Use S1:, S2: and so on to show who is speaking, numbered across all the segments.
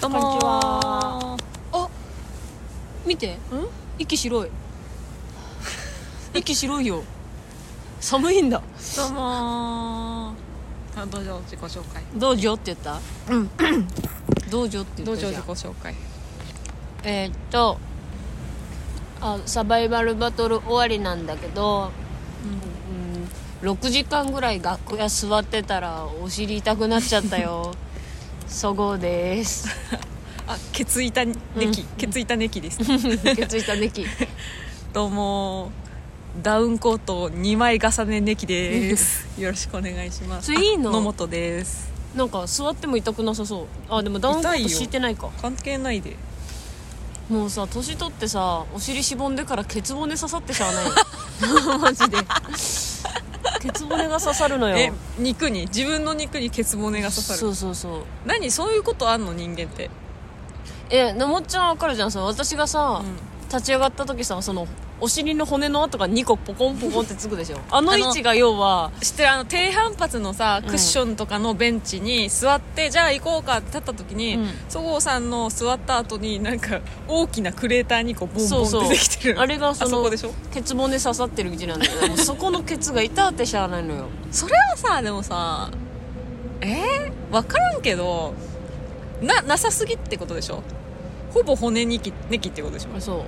S1: どうも
S2: こんにちは
S1: あ見て
S2: ん
S1: 息白い息白いよ寒いんだ
S2: どうもーあどうぞ自己紹介
S1: 道場って言った
S2: うん
S1: 道場って言
S2: 道
S1: った
S2: 場
S1: じ
S2: 自
S1: ゃん
S2: 己紹介
S1: えーっとあサバイバルバトル終わりなんだけど、うん、6時間ぐらい楽屋座ってたらお尻痛くなっちゃった よそごうです
S2: あケツイタネキ、ケツイタネキです
S1: 受けついたネキ
S2: どうもーダウンコート2枚重ねネキです よろしくお願いします
S1: それいいの
S2: あ野本です
S1: なんか座っても痛くなさそうあでもダウンコ
S2: 痛い
S1: ー
S2: よ
S1: ト敷いてないか
S2: 関係ないで
S1: もうさ年取ってさお尻しぼんでからケツ骨刺さってしゃあないよ マジでケツ骨が刺さるのよ
S2: え肉に自分の肉にケツ骨が刺さ
S1: そ
S2: る
S1: うそうそう
S2: 何そういうことあんの人間って
S1: えなもっちゃんわかるじゃんさ私がさ、
S2: うん
S1: 立ち上がった時さそのお尻の骨の跡が2個ポコンポコンってつくでしょ あの位置が要は
S2: 知ってるあの低反発のさクッションとかのベンチに座って、じゃあ行こうかって立った時に
S1: うん
S2: そごうさんの座った後になんか大きなクレーターにこうボン
S1: そう
S2: ボ
S1: そ
S2: ン
S1: う
S2: 出てきてる
S1: あれがそ
S2: あ
S1: の
S2: そこでしょ
S1: ケツ骨刺さってる位置なんだけどもうそこのケツが痛ってしゃあないのよ
S2: それはさでもさえー、分からんけどななさすぎってことでしょほぼ骨にきネキってことでしょ
S1: そ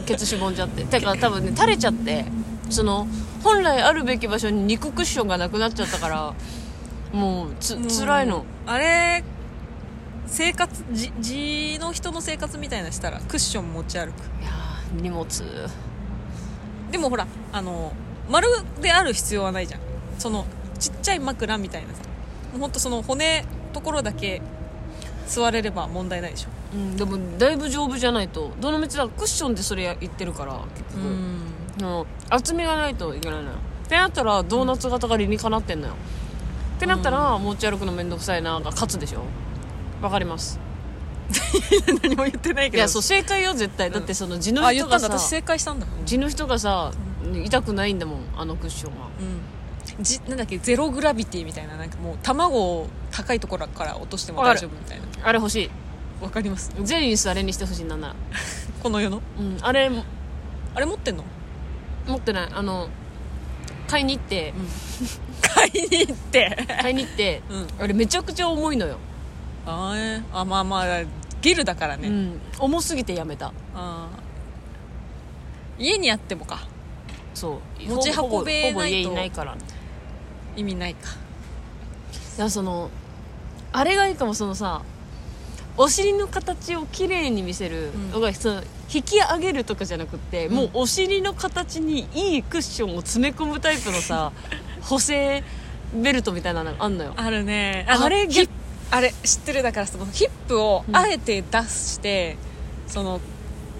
S1: うケツしぼんじゃってだから多分ね垂れちゃってその本来あるべき場所に肉クッションがなくなっちゃったからもうつ辛いの
S2: あれ生活じ地の人の生活みたいなしたらクッション持ち歩く
S1: いやー荷物
S2: でもほらあの丸である必要はないじゃんそのちっちゃい枕みたいなさもうほんとその骨ところだけ座れれば問題ないでしょ
S1: うんでもだいぶ丈夫じゃないとどのみちだクッションでそれや言ってるから結局うん厚みがないといけないのよってなったらドーナツ型が理にかなってんのよってなったら持ち歩くのめんどくさいなが勝つでしょわかります
S2: 何も言ってないけど
S1: いやそう正解よ絶対だってその地の
S2: あ言
S1: 人
S2: った
S1: が
S2: んだ
S1: さ
S2: 私正解したんだ、
S1: 地の人がさ痛くないんだもんあのクッションは
S2: うん、じなんだっけゼログラビティみたいななんかもう卵を高いところから落としても大丈夫みたいな
S1: あれ欲しい
S2: わかります
S1: 全員あれにしてほしいなんなら
S2: この世の
S1: うんあれ持
S2: あれ持ってんの
S1: ってないあの買いに 行って
S2: 買いに行って
S1: 買いに行って
S2: うん
S1: あれめちゃくちゃ重いのよ、
S2: あーえーあまあまあゲルだからね、
S1: うん重すぎてやめた
S2: あー家にあってもか
S1: そう
S2: 持ち運べないと
S1: ほぼほぼ家いないからい
S2: 意味ないか
S1: やそのあれがいいかもそのさお尻の形を綺麗に見せる、
S2: うん
S1: だからその引き上げるとかじゃなくって、
S2: うん
S1: もうお尻の形にいいクッションを詰め込むタイプの さ補正ベルトみたいなのがあんのよ
S2: あるね
S1: あ
S2: あ
S1: れ
S2: れ
S1: ぎ
S2: ヒップあれ知ってるだからそのヒップを
S1: うん
S2: あえて出して、その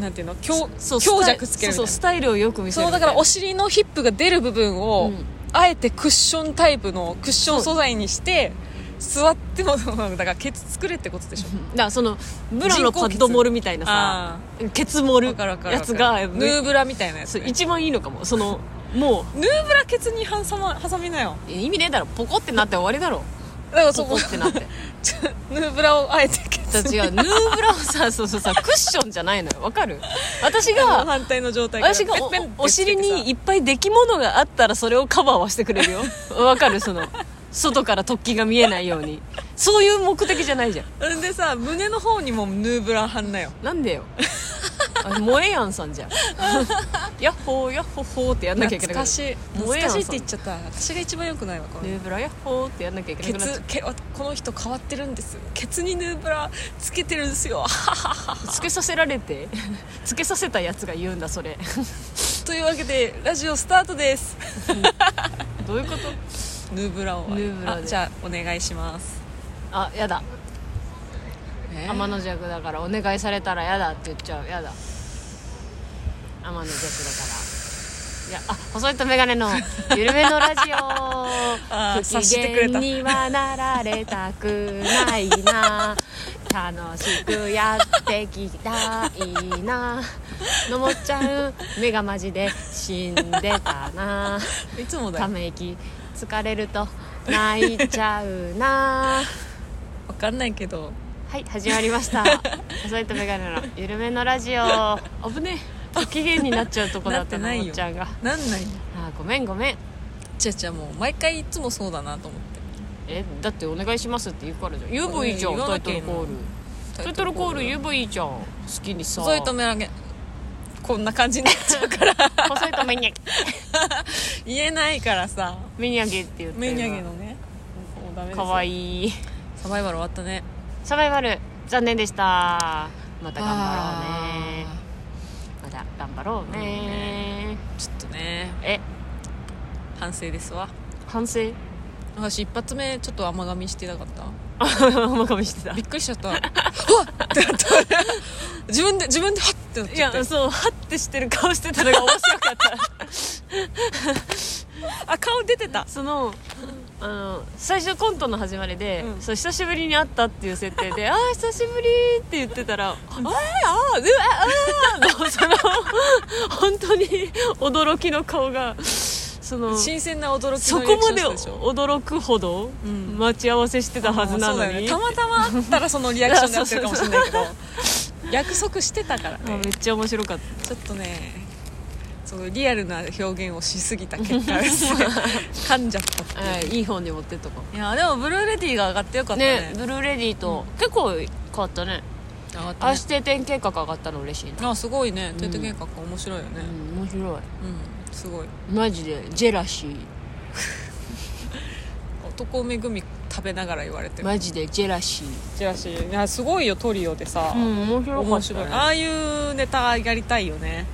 S2: なんていうの強
S1: そう
S2: 強弱つけるみたいな
S1: そうそうスタイルをよく見せ
S2: そ
S1: る
S2: のだからお尻のヒップが出る部分を、
S1: うん
S2: あえてクッションタイプのクッション素材にして座ってもだからケツ作れってことでしょ
S1: だからそのブラのパッドモルみたいなさ
S2: あ
S1: ケツモ
S2: あ
S1: ル
S2: 分かる分かる
S1: やつが
S2: ヌーブラみたいなやつ、
S1: そう
S2: ね、
S1: 一番いいのかもそのも
S2: ヌーブラケツに挟ま挟みなよ
S1: う意味ねえだろポコってなって終わりだろ
S2: だからそ
S1: ポコ
S2: こ
S1: ってなって
S2: ちょ ヌーブラをあえてケツ
S1: だから違うヌーブラをさそうそうさクッションじゃないのよわかる私
S2: が
S1: が
S2: 反対の状態から
S1: 私が
S2: ペン
S1: お
S2: ペンって
S1: お
S2: つ
S1: 尻
S2: けてさ
S1: にいっぱい出来物があったらそれをカバーはしてくれるよ わかるその外から突起が見えないようにそういう目的じゃないじゃん
S2: んでさ胸の方にもヌーブラ貼んなよ
S1: なん でよあ萌えやんさんじゃんヤッホーヤッホーホーってやんなきゃいけな
S2: 懐
S1: い
S2: かしい
S1: もう
S2: 懐
S1: ええやん
S2: かしいって言っちゃった私が一番よくないわこれ
S1: ヌーブラヤッホーってやんなきゃいけ
S2: ケ
S1: なくなっちゃ
S2: ツケこの人変わってるんですケツにヌーブラつけてるんですよ
S1: うつけさせられてつけさせたやつが言うんだそれ
S2: というわけでラジオスタートです
S1: どういうこと
S2: ヌーブラを
S1: ヌーブラで
S2: あじゃあお願いします
S1: あやだ天
S2: あ
S1: の弱だからお願いされたらやだって言っちゃうやだ天の弱だからいやあ細いと眼 鏡の緩めのラジ
S2: あ
S1: オ
S2: ー察
S1: 不機
S2: してくれ
S1: 嫌
S2: た
S1: にはなられたくないな楽しくやってきたいなのもっちゃん目がマジで死んでたない
S2: つもだ
S1: た
S2: よ
S1: め息疲れると泣いちゃうな
S2: 分かんないけど
S1: はい始まりました 細いとメガネの緩めのラジオ
S3: 危ねえ不機嫌になっちゃうとこだった
S2: な
S3: な
S2: ってない
S3: お
S2: よ
S3: っちゃんが
S2: なんない
S3: あーごめんごめん
S2: ちゃちゃもう毎回いつもそうだなと思って
S3: えだってお願いしますって言うからじゃん言えばいいじゃん
S2: 言
S3: タ
S2: わな
S3: イ
S2: き
S3: ト
S2: ゃい
S3: ル
S2: いの
S3: コールタイトルコール言えばいいじゃん好きにさ
S2: 細いとめらげこんな感じになっ ちゃうから
S1: 細いとメニャ
S2: 言えないからさ
S3: メニャゲって言って
S2: メニャゲのねもうダメです
S3: かわいい
S2: サバイバル終わったね
S1: サバイバル残念でしたまた頑張ろうね
S2: あ
S1: また頑張ろうね
S2: ーちょっとね
S1: え
S2: 反省ですわ
S3: 反 省
S2: 私一発目ちょっと甘噛みしてなかった
S3: 甘噛みしてた
S2: びっくりしち ゃったうわっってなった自分で自分ではっってなっ
S3: い
S2: ちゃって
S3: やそうハッてしてる顔してたのが面白かった
S2: あ顔出てた
S3: そのあの最初コントの始まりで、
S2: うん
S3: そう久しぶりに会ったっていう設定 で「ああ久しぶり」って言ってたら「あー
S2: あで
S3: あー」その本当に 驚きの顔がその
S2: 新鮮な驚き
S3: そ
S2: の
S3: こまで
S2: リアクションした
S3: 驚くほど
S2: うん
S3: 待ち合わせしてたはずなの
S2: うん
S3: に、
S2: そうだよねたまたまあったらそのリアクションになってるかもしれないけど約束してたから
S3: あ
S2: ね
S3: めっちゃ面白かった
S2: ちょっとねそのリアルな表現をしすぎた結果 ですね噛んじゃったっていう、
S3: はい
S2: い、
S3: いい方に持ってっとこ
S2: やでもブルーレディーが上がってよか
S1: ね
S2: ったね
S1: ブルーレディと、結構変わったね
S2: 上がっ
S1: 明
S2: たね
S1: 日定点計画上がったの嬉しいな、
S2: あすごいね帝都計画面白いよね
S1: うん、面白い
S2: うんすごい
S1: マジでジェラシー
S2: 男恵み食べながら言われてる
S1: マジでジェラシー
S2: チラシいやすごいよトリオでさ、
S1: うん面白か
S2: 面
S1: っ
S2: 白い、
S1: たね
S2: ああいうネタやりたいよね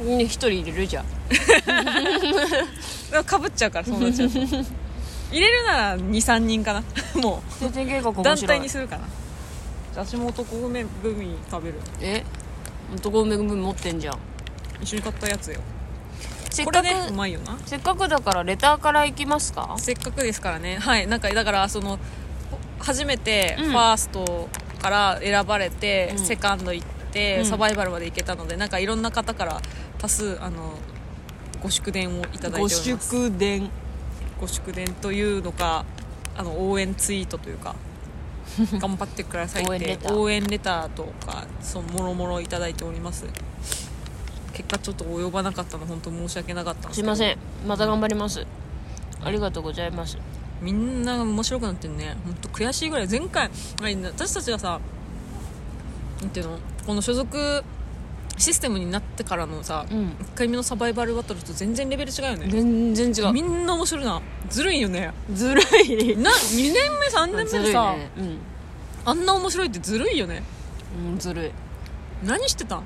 S1: ね一人入れるじゃん
S2: かぶっちゃう からそうなっちゃうと入れるなら23人 かなも
S1: 定点計画面
S2: う
S1: 白い
S2: 団体にするかな私も男梅グミ食べる
S1: え男梅分持ってんじゃん
S2: 一緒に買ったやつよ
S1: せっ
S2: こ
S1: か
S2: れ
S1: く、
S2: ねうまいよな
S1: せっかくだからレターから行きますか
S2: せっかくですからねはいなんかだからその初めて
S1: うん
S2: ファーストから選ばれて、
S1: うん
S2: セカンド行って、
S1: うん
S2: サバイバルまで行けたのでなんかいろんな方から多数あのご祝電をいただいており
S3: ご
S2: ます
S3: 祝電
S2: ご祝電というのかあの応援ツイートという か頑張ってくださいって
S1: 応
S2: 応
S1: 援
S2: 援
S1: レ
S2: レ
S1: タ
S2: ターと
S1: ー
S2: かそのもろもろいただいております結果ちょっと及ばなかったの本当申し訳なかったんですすけ
S1: い
S2: ど
S1: ませんまた頑張りますありがとうございます
S2: みんな面白くなってるね本当悔しいぐらい前回あれ私たちがさなんていうのこの所属システムになってからのさ、一
S1: うん
S2: 1回目のサバイバルバトルと全然レベル違うよね
S3: 全然違う
S2: みんな面白いなずるいよね
S3: ずるい
S2: な2年目3年目
S1: ずる
S2: で
S1: い
S2: さ、
S1: ね
S2: あんな面白いってずるいよね
S1: うん、うん、ずるい
S2: 何してたん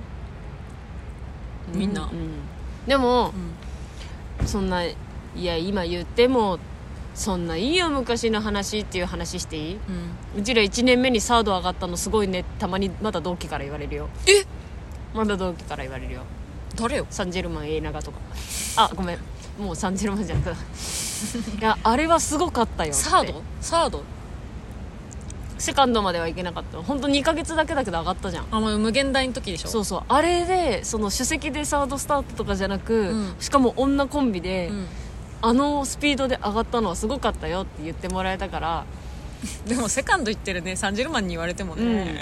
S2: みんな、
S1: うんでも
S2: うん
S1: そんないや今言ってもそんないいよ昔の話っていう話していいうんちら1年目にサード上がったのすごいねたまにまだ同期から言われるよ
S2: え
S1: まだ同期から言われるよ
S2: 誰よ
S1: サンジェルマン永長とかあごめんもうサンジェルマンじゃなくていやあれはすごかったよって
S2: サードサード
S1: セカンドまではいけなかった本当2ヶ月だけだけど上がったじゃん
S2: あの無限大の時でしょ
S1: そうそうあれでその首席でサードスタートとかじゃなく、
S2: うん
S1: しかも女コンビで、
S2: うん
S1: あのスピードで上がったのはすごかったよって言ってもらえたから
S2: でもセカンド行ってるねサンジェルマンに言われてもね、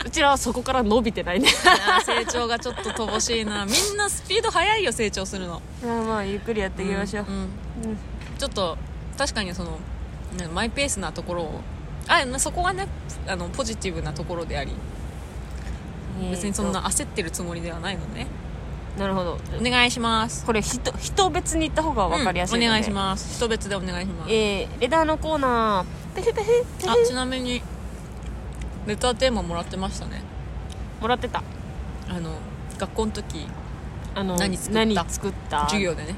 S1: うんうちらはそこから伸びてないね
S2: あー成長がちょっと乏しいなみんなスピード速いよ成長するの
S1: まあまあゆっくりやっていきましょう、
S2: んんちょっと確かにそのねマイペースなところをあそこはねあのポジティブなところであり別にそんな焦ってるつもりではないのね
S1: なるほど
S2: お願いします
S1: これ人人別に言った方が分かりやすいので、
S2: うんお願いします人別でお願いします
S1: えー、レターのコーナーペフペフペ
S2: あ
S1: フ
S2: ちなみにレターテーマもらってましたね
S1: もらってた
S2: あの学校の時
S1: あの
S2: 何作った
S1: 何作った
S2: 授業でね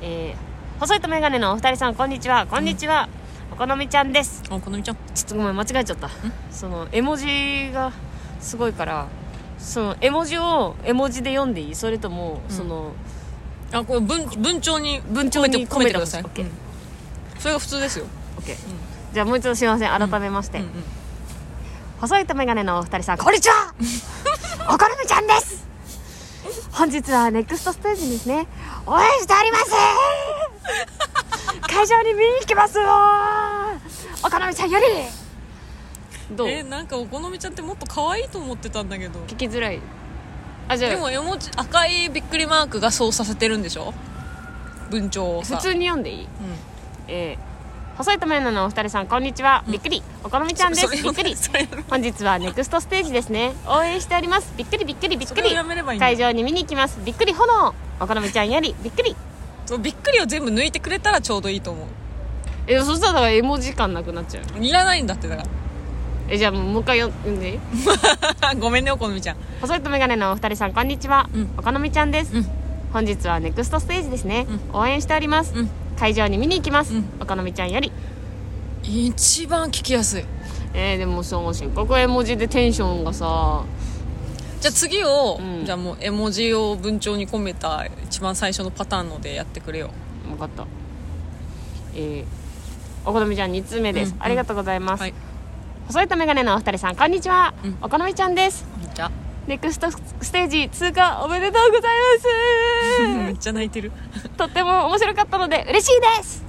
S1: えー、細いとメガネのお二人さんこんにちはこんにちは、お好みちゃんです
S2: あこのみちゃん
S1: ちょっとごめん間違えちゃったその絵文字がすごいからその絵文字を絵文字で読んでいいそれとも、
S2: うん
S1: その
S2: あこれ文文帳に
S1: 文帳に
S2: 込めてください、
S1: 込めてほしい
S2: うんそれが普通ですよ
S1: OK、じゃあもう一度すいません改めまして、
S2: うんうん
S1: 細いとメガネのお二人さんこんにち はお好みちゃんです本日はネクストステージにですね応援しております会場に見に行きますよお好みちゃんよりどう
S2: えなんかお好みちゃんってもっと可愛いと思ってたんだけど
S1: 聞きづらいあじゃ
S2: で
S1: あ
S2: も絵文字赤いびっくりマークがそうさせてるんでしょ文鳥をさ
S1: 普通に読んでいい
S2: うん
S1: えー細いとめなのお二人さんこんにちは、びっくりお好みちゃんです
S2: それ
S1: びっく り
S2: それそれ
S1: 本日はネクストステージですね応援しておりますびっくりびっくりびっ
S2: そ
S1: く
S2: れを
S1: り
S2: やめればいいんだ
S1: 会場に見に行きますびっくり炎お好みちゃんよりびっくり
S2: そうびっくりを全部抜いてくれたらちょうどいいと思う
S1: えそしたらだから絵文字感なくなっちゃう
S2: いらないんだってだか
S1: えじゃあもうもう一回読んでいい
S2: ら ごめんねお好みちゃん
S1: 細いとメガネのお二人さんこんにちは、
S2: うん
S1: お好みちゃんです、
S2: うん
S1: 本日はネクストステージですね、応援しております、
S2: うん
S1: 会場に見に行きます、
S2: うん
S1: お好みちゃんより
S2: 一番聞きやすい
S1: えー、でもそのせっかく絵文字でテンションがさ
S2: じゃあ次を、
S1: うん
S2: じゃあもう絵文字を文鳥に込めた一番最初のパターンのでやってくれよ
S1: 分かったえー、お好みちゃん2通目です、
S2: うん
S1: ありがとうございます、
S2: はい
S1: 細いとメガネのお二人さんこんにちは、
S2: うん
S1: お好みちゃんです
S2: めっちゃ
S1: ネクストステージ通過おめでとうござい
S2: めっちゃ泣いてる
S1: ま すとっても面白かったので嬉しいです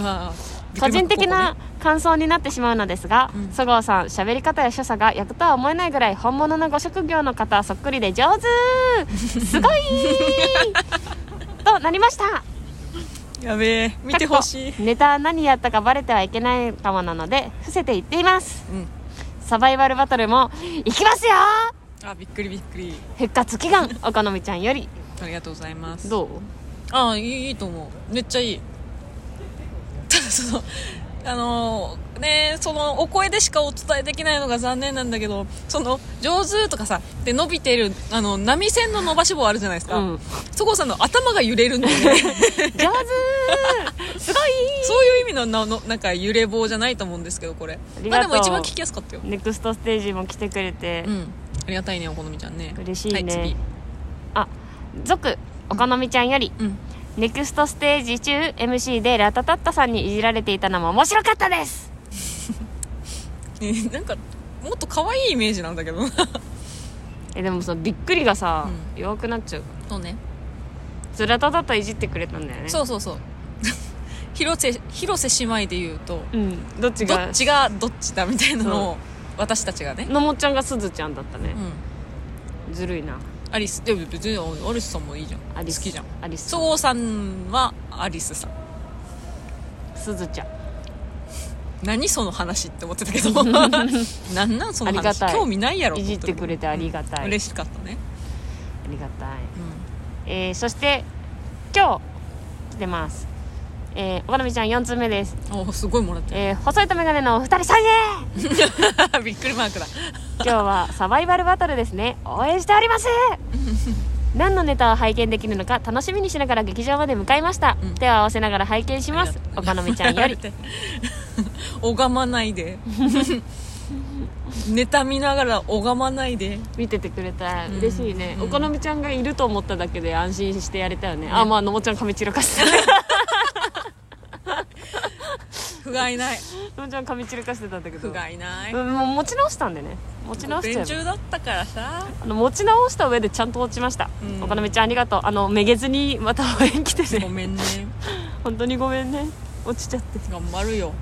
S2: あー
S1: 個人的な感想になってしまうのですが
S2: うん
S1: そごうさん喋り方や所作が役とは思えないぐらい本物のご職業の方そっくりで上手すごいとなりました
S2: やべえ見てほしい
S1: かっこネタ何やったかバレてはいけないかもなので伏せて言っています
S2: うん
S1: サバイバルバトルも行きますよ
S2: あびっくりびっくり
S1: 復活祈願お好みちゃんより
S2: ありがとうございます
S1: どう
S2: ああいいいいと思うめっちゃいいただそのあのーねそのお声でしかお伝えできないのが残念なんだけどその上手とかさで伸びてるあの波線の伸ばし棒あるじゃないですか、
S1: うん
S2: そこさんの頭が揺れる んだよね
S1: 上手 すごい
S2: そういう意味のなのなんか揺れ棒じゃないと思うんですけどこれ
S1: あり
S2: ま
S1: が
S2: あ
S1: と
S2: で
S1: う
S2: も一番聞きやすかったよ
S1: ネクストステージも来てくれて
S2: うんありがたいねお好みちゃんね
S1: 嬉しい
S2: は
S1: ね
S2: い次
S1: あ続お好みちゃんより
S2: うん
S1: ネクストステージ中 MC でラタタッタさんにいじられていたのも面白かったです
S2: えなん かもっと可愛いイメージなんだけど
S1: えでもそのびっくりがさ、弱くなっちゃうから
S2: そうね
S1: そうラタタッタいじってくれたんだよね
S2: そうそう そう広瀬広瀬姉妹で言うと
S1: うんどっち
S2: ど
S1: が
S2: っちがどっちだみたいなのを私たちがね、
S1: のもちゃんがすずちゃんだったね
S2: う、ん、
S1: ずるいな
S2: アリスでも別にアリスさんもいいじゃん
S1: アリス
S2: 好きじゃん
S1: アリス
S2: そごうさんはアリスさん
S1: すずちゃん
S2: 何その話って思ってたけ どなんなんその
S1: ありが
S2: 話
S1: たい
S2: 興味ないやろ
S1: いじってくれてありがたい、
S2: 嬉しかったね、
S1: ありがたい、
S2: う
S1: えー、そして今日来てますえー、お好みちゃん4通目です、
S2: ん、おすごいもらって
S1: えー、細いとメガネのお二人さんへ
S2: る びっくりマークだ
S1: 今日は サバイバルバトルですね応援しており ます何のネタを拝見できるのか楽しみにしながら劇場まで向かいました、
S2: ん
S1: 手を合わせながら拝見します
S2: あ
S1: お
S2: りが
S1: 好
S2: とう
S1: みちゃん より
S2: って拝まないで ネタ見ながら拝まないで
S1: 見ててくれたら
S2: うん
S1: 嬉しいね、
S2: うん
S1: お好みちゃんがいると思っただけで安心してやれたよね、あまあのもちゃん髪散らかして た
S2: 不甲斐ない
S1: のもちゃん髪散らかしてたんだけど
S2: 不甲斐ない
S1: うんもう持ち直したんでね持ち直しちゃ
S2: 電柱
S1: えば
S2: だったからさ
S1: あの持ち直した上でちゃんと落ちました、
S2: うん
S1: お好みちゃんありがとうあのめげずにまた応援来て
S2: ご
S1: ね
S2: めんね
S1: 本当にごめんね落ちちゃって
S2: 頑張るよ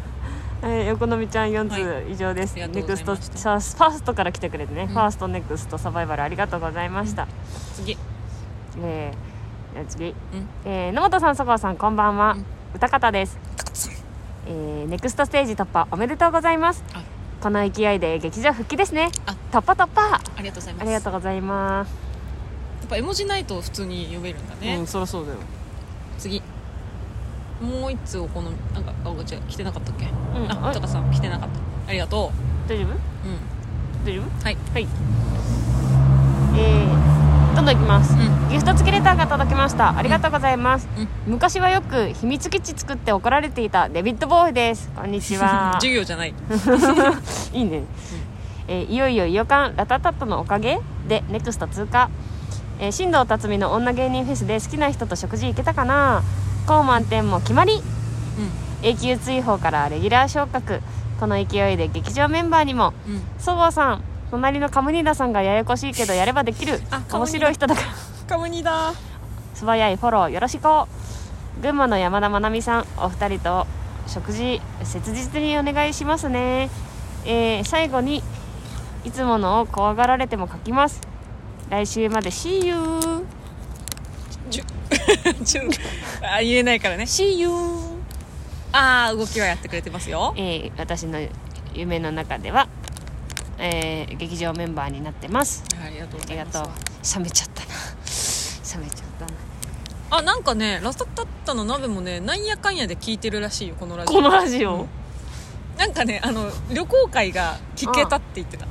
S1: はい、横みちゃん4
S2: は
S1: 通以上です、
S2: ありが
S1: ネ
S2: とうござ
S1: クス
S2: い
S1: ト
S2: ま
S1: フ
S2: した
S1: ァーストから来てくれてね、ファーストネクストサバイバルありがとうございました、
S2: 次
S1: えーじゃあ次、
S2: ん
S1: えー野本さん佐川さんこんばんは、
S2: ん
S1: 歌方です、えーネクストステージ突破おめでとうございます
S2: あ
S1: この勢いで劇場復帰ですね
S2: あ
S1: 突破突破
S2: ありがとうございます
S1: ありがとうございます、
S2: やっぱ絵文字ないと普通に読めるんだね、
S1: そりゃそうだよ
S2: 次もう一通お好みなんかあ違う来てなかったっけ、
S1: ん
S2: あ
S1: あ
S2: とかさん来てなかったありがと
S1: 大丈夫
S2: うう
S1: 大丈夫
S2: んはい
S1: はいえー、届きます、
S2: う
S1: ギフト付きレターが届きましたありがとうございます、
S2: うん
S1: 昔はよく秘密基地作って怒られていたデビッドボーイですこんに ちは
S2: 授業じゃない
S1: いいね、えーいよいよ予感ラタタットのおかげでネクスト通過、えー、新藤辰巳の女芸人フェスで好きな人と食事行けたかな高満点も決まり永久追放からレギュラー昇格この勢いで劇場メンバーにも
S2: うんうん
S1: そごうさん隣のカムニダさんがややこしいけどやればできる
S2: あカム
S1: 面
S2: ニダ
S1: 白い人だから
S2: カムニだ
S1: 素早いフォローよろしく群馬の山田まなみさんお二人と食事切実にお願いしますねえー最後にいつものを怖がられても書きます来週まで See you
S2: ちょあ言えないからね
S1: See you
S2: ああ動きはやってくれてますよ
S1: えー私の夢の中では、えー劇場メンバーになってます
S2: ありがとうご
S1: あ
S2: ざ
S1: り
S2: い
S1: が
S2: ます
S1: とう冷めちゃったな 冷めちゃったな
S2: あなんかねラタタッタの鍋もねなんやかんやで聞いてるらしいよこのラジ
S1: こ
S2: オ
S1: のラジオ、
S2: なんかねあの旅行会が聞けたって言ってた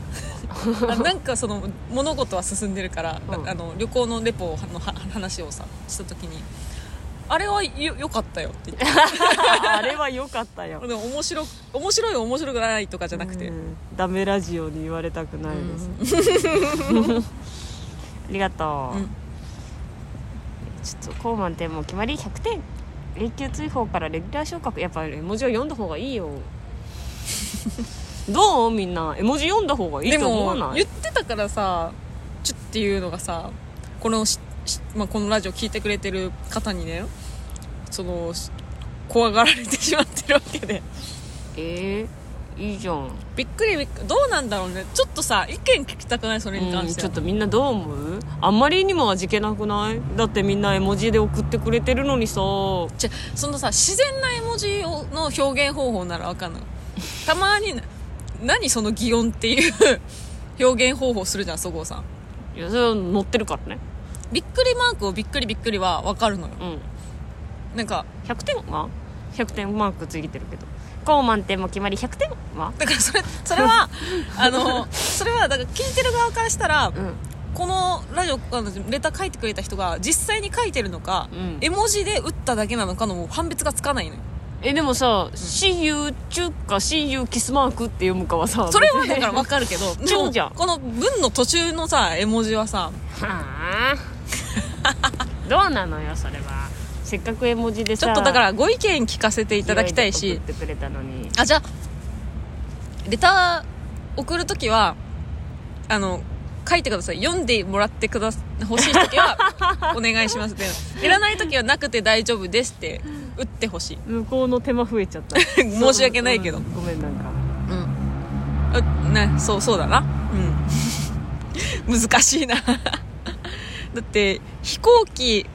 S2: あなんかその物事は進んでるから、
S1: うん
S2: あの旅行のレポをのは話をさした時にあれはよよかったよって言って
S1: あれは良かったよ
S2: でも面白く面白い面白くないとかじゃなくて、
S1: うんダメラジオに言われたくないです、 ありがとう、
S2: うん
S1: ちょっとコーマン点も決まり100点永久追放からレギュラー昇格やっぱり絵文字を読んだ方がい いよどうみんな絵文字読んだ方がいい
S2: で
S1: と思わ
S2: も
S1: な
S2: 言
S1: い
S2: ってたからさちょっていうのがさこのし、しまあ、このラジオ聞いてくれてる方にねそのし怖がられてしまってるわけで
S1: えー、いいじゃん、うん
S2: びっくりびっくりどうなんだろうねちょっとさ意見聞きたくないそれに関して
S1: ち
S2: は、
S1: ょっとみんなどう思うあんまりにも味気なくないだってみんな絵文字で送ってくれてるのにさ
S2: じゃそのさ自然な絵文字をの表現方法ならわかんないたまにな何その擬音っていう 表現方法するじゃんそごうさん
S1: いやそれは載ってるからね
S2: びっくりマークをびっくりびっくりはわかるのよ
S1: うん
S2: なんか
S1: 100点は100点マークついてるけど高満点も決まり100点は
S2: だからそれそれは あのそれはだから聞いてる側からしたら、
S1: うん
S2: このラジオあのレター書いてくれた人が実際に書いてるのか、
S1: うん
S2: 絵文字で打っただけなのかのもう判別がつかないのよ
S1: えでもさ「親友中華親友キスマーク」って読むかは さ
S2: それはだから分かるけ どで
S1: 超
S2: も
S1: じゃん
S2: この文の途中のさ絵文字はさ
S1: はあ どうなのよそれはせっかく絵文字で
S2: ち
S1: さ
S2: ょっとだからご意見聞かせていただきたい
S1: 勢
S2: し
S1: で送ってくれたのに
S2: あじゃあレター送るときはあの書いてください読んでもらってくださ欲しいときは お願いしますっていらないときはなくて大丈夫ですって打ってほしい
S1: 向こうの手間増えちゃった
S2: 申し訳ないけど
S1: うんごめんなんか
S2: うんうねそうそうだなうん 難しいな だって飛行機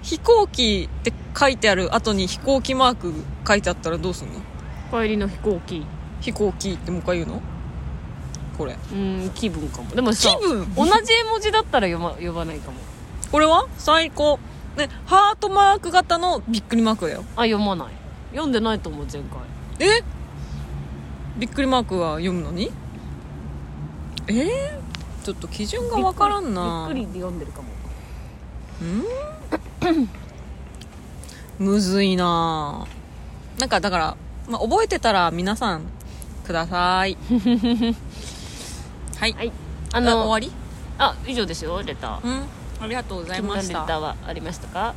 S2: 飛行機って書いてある後に飛行機マーク書いてあったらどうすんの
S1: 帰りの飛行機
S2: 飛行機ってもう一回言うのこれ
S1: うん気分かもでもさ
S2: 気分
S1: 同じ絵文字だったら読ま呼ばないかも
S2: これは最高ねハートマーク型のびっくりマークだよ
S1: あ読まない読んでないと思う前回
S2: えびっくりマークは読むのにえー、ちょっと基準がわからんな
S1: びっくりで読んでるかも
S2: むずいなぁなんかだから、まあ、覚えてたら皆さんくださ いはい、
S1: はいあ
S2: あ
S1: の
S2: 終わり
S1: あ以上ですよレター
S2: うんありがとうござい
S1: 気にな
S2: ま
S1: る
S2: し
S1: レ
S2: た
S1: ターはありましたか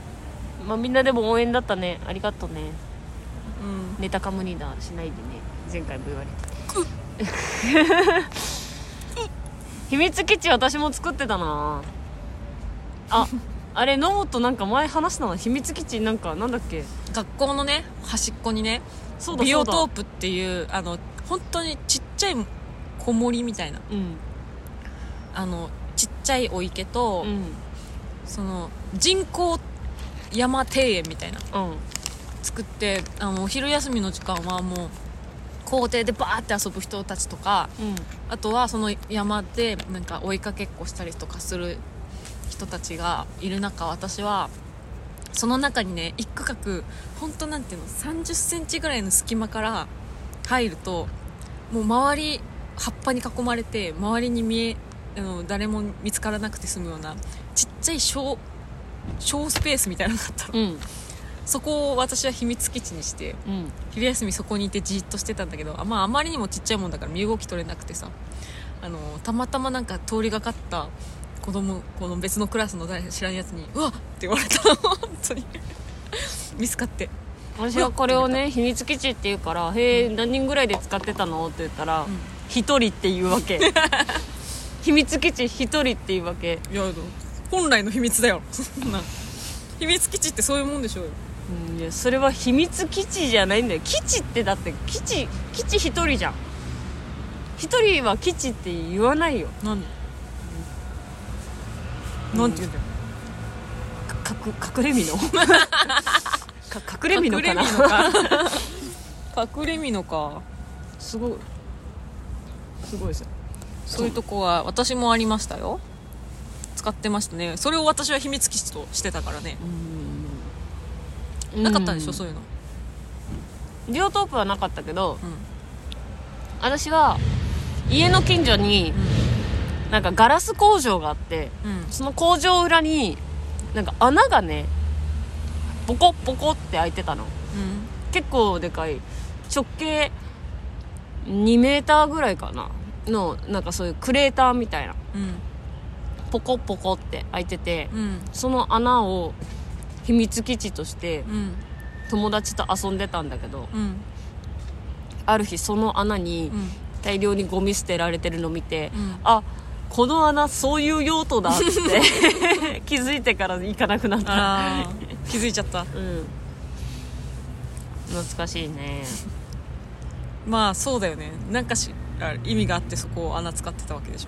S1: まあみんなでも応援だったねありがとうね
S2: うん
S1: ネタカムニダーしないでね前回も言われて 秘密基地私も作ってたなああれノートなんか前話したの秘密基地なんかなんだっけ
S2: 学校のね端っこにね
S1: そうだ
S2: ビ
S1: そう
S2: オ
S1: だ
S2: トープっていうあの本当にちっちゃい子守みたいな
S1: うん
S2: あのちっちゃいお池と、
S1: うん
S2: その人工山庭園みたいな
S1: うん
S2: 作ってあのお昼休みの時間はもう校庭でバーって遊ぶ人たちとか
S1: うん
S2: あとはその山でなんか追いかけっこしたりとかする人たちがいる中私はその中にね一区画ほんとなんていうの3 0センチぐらいの隙間から入るともう周り葉っぱに囲まれて周りに見えあの誰も見つからなくて済むようなちっちゃい小小スペースみたいなのがあったの
S1: うん
S2: そこを私は秘密基地にして
S1: うん
S2: 昼休みそこにいてじーっとしてたんだけどあ,、まあ、あまりにもちっちゃいもんだから身動き取れなくてさあのたまたまなんか通りがかった子供この別のクラスの誰か知らんやつに「うわっ!」って言われた 本当に見つかって
S1: 私はこれをね秘密基地って言うから「へえ何人ぐらいで使ってたの?」って言ったら
S2: ん
S1: 「一、人」って言う わけ秘密基地一人って言うわけ
S2: いやでも本来の秘密だよ そんな秘密基地ってそういうもんでしょうよ
S1: うんいやそれは秘密基地じゃないんだよ基地ってだって基地基地一人じゃん一人は基地って言わないよ
S2: なんでなんて言うんだよ
S1: か隠隠れ 身のか隠れ身のかな
S2: 隠れみのか
S1: すごいすごいですよ
S2: そういうとこは私もありましたよ使ってましたねそれを私は秘密基地としてたからねなかったでしょそういうの
S1: リオトープはなかったけど
S2: うん
S1: 私は家の近所になんかガラス工場があって
S2: うん
S1: その工場裏になんか穴がねボコッボコって開いてたの結構でかい直径2メーターぐらいかなのなんかそういうクレーターみたいな
S2: うん
S1: ポコポコって開いてて
S2: うん
S1: その穴を秘密基地として
S2: うん
S1: 友達と遊んでたんだけど
S2: うん
S1: ある日その穴に
S2: うん
S1: 大量にゴミ捨てられてるの見て、
S2: うん
S1: あこの穴そういう用途だって気づいて から行かなくなった、
S2: あー気づいちゃった
S1: うん、懐かしいね
S2: まあそうだよねなんかしら意味があってそこを穴使ってたわけでしょ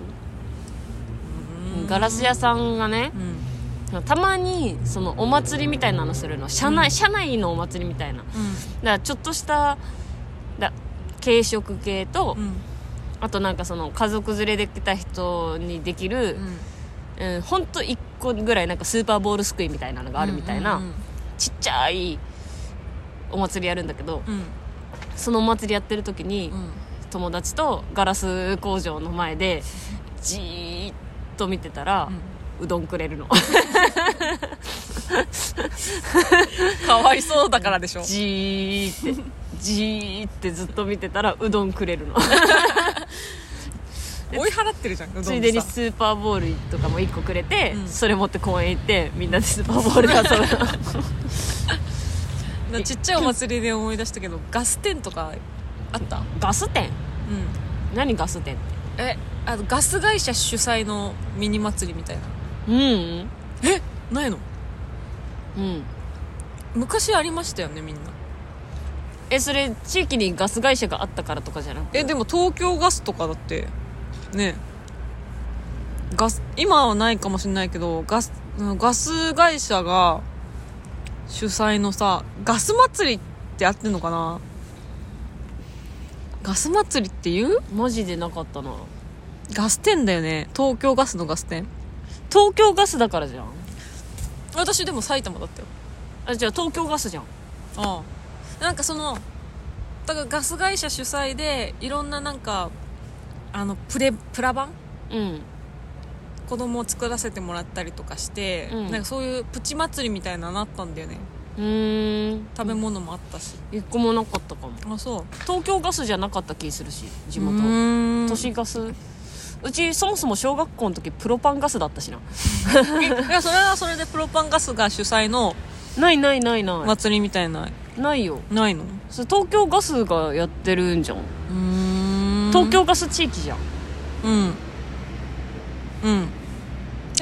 S2: うーん
S1: ガラス屋さんがね
S2: うん
S1: たまにそのお祭りみたいなのするの社内,、社内のお祭りみたいなだからちょっとしただ軽食系と、
S2: うん
S1: あとなんかその家族連れで来た人にできる
S2: う、ん
S1: うん、ほんと1個ぐらいなんかスーパーボールすくいみたいなのがあるみたいな、
S2: うん
S1: ちっちゃいお祭りやるんだけど
S2: うん
S1: そのお祭りやってる時に
S2: うんうん
S1: 友達とガラス工場の前でじーっと見てたら、うどんくれるの
S2: かわいそうだからでしょ
S1: じーってじーってずっと見てたらうどんくれるの
S2: 追い払ってるじゃんうどん
S1: ついでに
S2: さ
S1: スーパーボールとかも1個くれて、
S2: うん
S1: それ持って公園行ってみんなでスーパーボールで遊ぶの
S2: なちっちゃいお祭りで思い出したけどガス店とかあったうん
S1: ガス店何ガス店って
S2: えあのガス会社主催のミニ祭りみたいな
S1: うん
S2: えないの
S1: うん
S2: 昔ありましたよねみんな
S1: えそれ地域にガス会社があったからとかじゃなくて
S2: えでも東京ガスとかだってねガス今はないかもしれないけどガスうんガス会社が主催のさガス祭りってあってんのかなガス祭りって言う
S1: マジでなかったな
S2: ガス店だよね東京ガスのガス店
S1: 東京ガスだからじゃん
S2: 私でも埼玉だったよ
S1: あじゃあ東京ガスじゃん
S2: ああなんかそのだからガス会社主催でいろんななんかあのプレプラ版
S1: うん
S2: 子供を作らせてもらったりとかして、
S1: うん
S2: なんかそういうプチ祭りみたいなのあったんだよね
S1: うーん
S2: 食べ物もあったし、
S1: 一個もなかったかも
S2: あそう
S1: 東京ガスじゃなかった気するし地
S2: 地
S1: 元
S2: 元
S1: 都市ガスうちそもそも小学校の時プロパンガスだったしない
S2: やそれはそれでプロパンガスが主催の
S1: ないないないない、
S2: 祭りみたいな、
S1: ないよ
S2: ないの
S1: それ東京ガスがやってるんじゃん東
S2: 東京
S1: 京ガス地域じゃん
S2: うんうん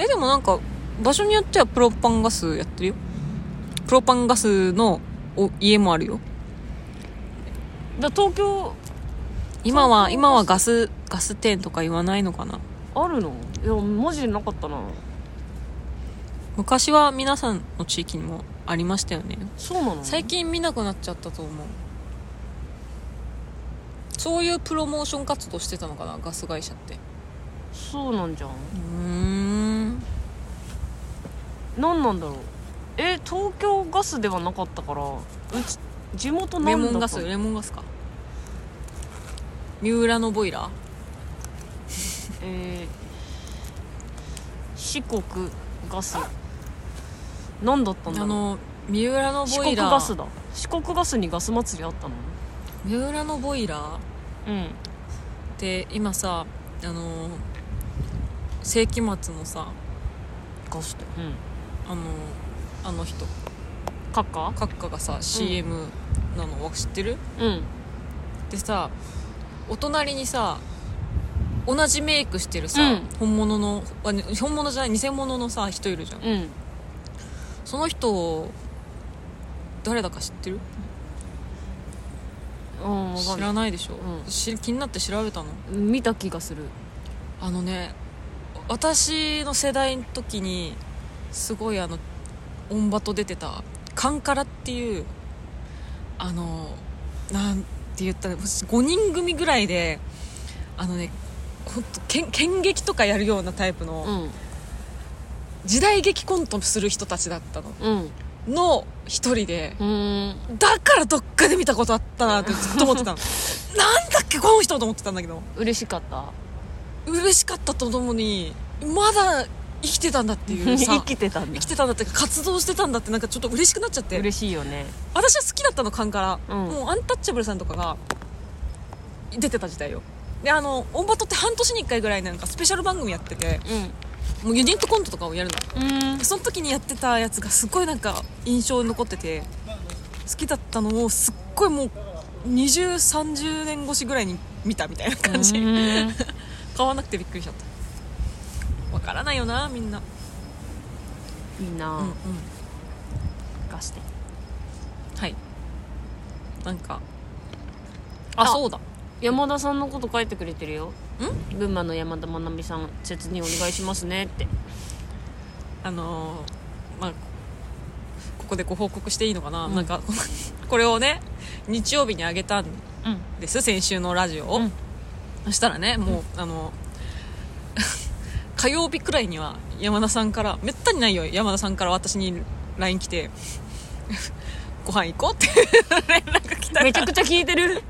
S2: えでもなんか場所によってはプロパンガスやってるよプロパンガスのお家もあるよ
S1: だ東京
S2: 今は
S1: 東京ガ
S2: 今
S1: ス
S2: はガスガス店とか言わないのかな
S1: あるのいやマジでなかったな
S2: 昔は皆さんの地域にもありましたよね
S1: そうなの
S2: 最近見なくなっちゃったと思うそういうプロモーション活動してたのかなガス会社って
S1: そうなんじゃん
S2: うん
S1: 何なんだろうえ東京ガスではなかったからうち地元な
S2: レ
S1: んだ
S2: モンガ
S1: った
S2: ス
S1: の
S2: レモンガスか三浦のボイラー
S1: えー、四国ガス何だったんだ
S2: あ
S1: ろう
S2: の三浦の
S1: 四
S2: ボイ
S1: 国
S2: ラー
S1: ガスだ四国ガスにガス祭りあったの
S2: 三浦のボイラーっ
S1: うん
S2: て今さあの世紀末のさ
S1: ガスだうん
S2: あのあの人
S1: カッカ
S2: 閣下がさ CM なの、知ってる
S1: うん
S2: でさお隣にさ同じメイクしてるさ、
S1: うん
S2: 本物のあね本物じゃない偽物のさ人いるじゃん
S1: うん
S2: その人誰だか知ってる
S1: うんわか
S2: 知
S1: んない
S2: らないでしょ、
S1: うん
S2: し気になって調べたの
S1: 見た気がする
S2: あのね私の世代の時にすごいあのオンバト出てたカンカラっていうあのなんて言ったら5人組ぐらいであのねほんと剣剣劇とかやるようなタイプ
S1: う
S2: の
S1: ん
S2: 時代劇コントする人たちだったの
S1: うん
S2: の一人で
S1: うん
S2: だからどっかで見たことあったなってずっと思って たのなんだっけこの人と思ってたんだけど
S1: 嬉しかった
S2: 嬉しかったとともにまだ生きてたんだって いうさ
S4: 生きてたんだ
S2: 生きてたんだっていうか活動してたんだってなんかちょっと嬉しくなっちゃって
S4: 嬉しいよね
S2: 私は好きだったのカンカラ、
S4: うん
S2: もうアンタッチャブルさんとかが出てた時代よであのオンバトって半年に1回ぐらいなんかスペシャル番組やっててもうユニットコントとかをやるの
S4: うんうん
S2: その時にやってたやつがすごいなんか印象に残ってて好きだったのをすっごいもう2030年越しぐらいに見たみたいな感じ、
S4: うん
S2: 買わなくてびっくりしちゃったわからないよなみんな、
S4: いいな
S2: う
S4: あ
S2: んうん、
S4: 貸して
S2: はいなんか
S1: あ
S2: あそうだ
S1: 山田さんのこと書いてくれてるよ群馬の山田まなみさん説にお願いしますねって
S2: あのーまあここでご報告していいのかな、なんか これをね日曜日にあげたん
S4: うん
S2: です先週のラジオを、
S1: うん
S2: そしたらねもう、あの 火曜日くらいには山田さんからめったにないよ山田さんから私に LINE 来てご飯行こうって連絡来た
S1: めちゃくちゃ聞いてる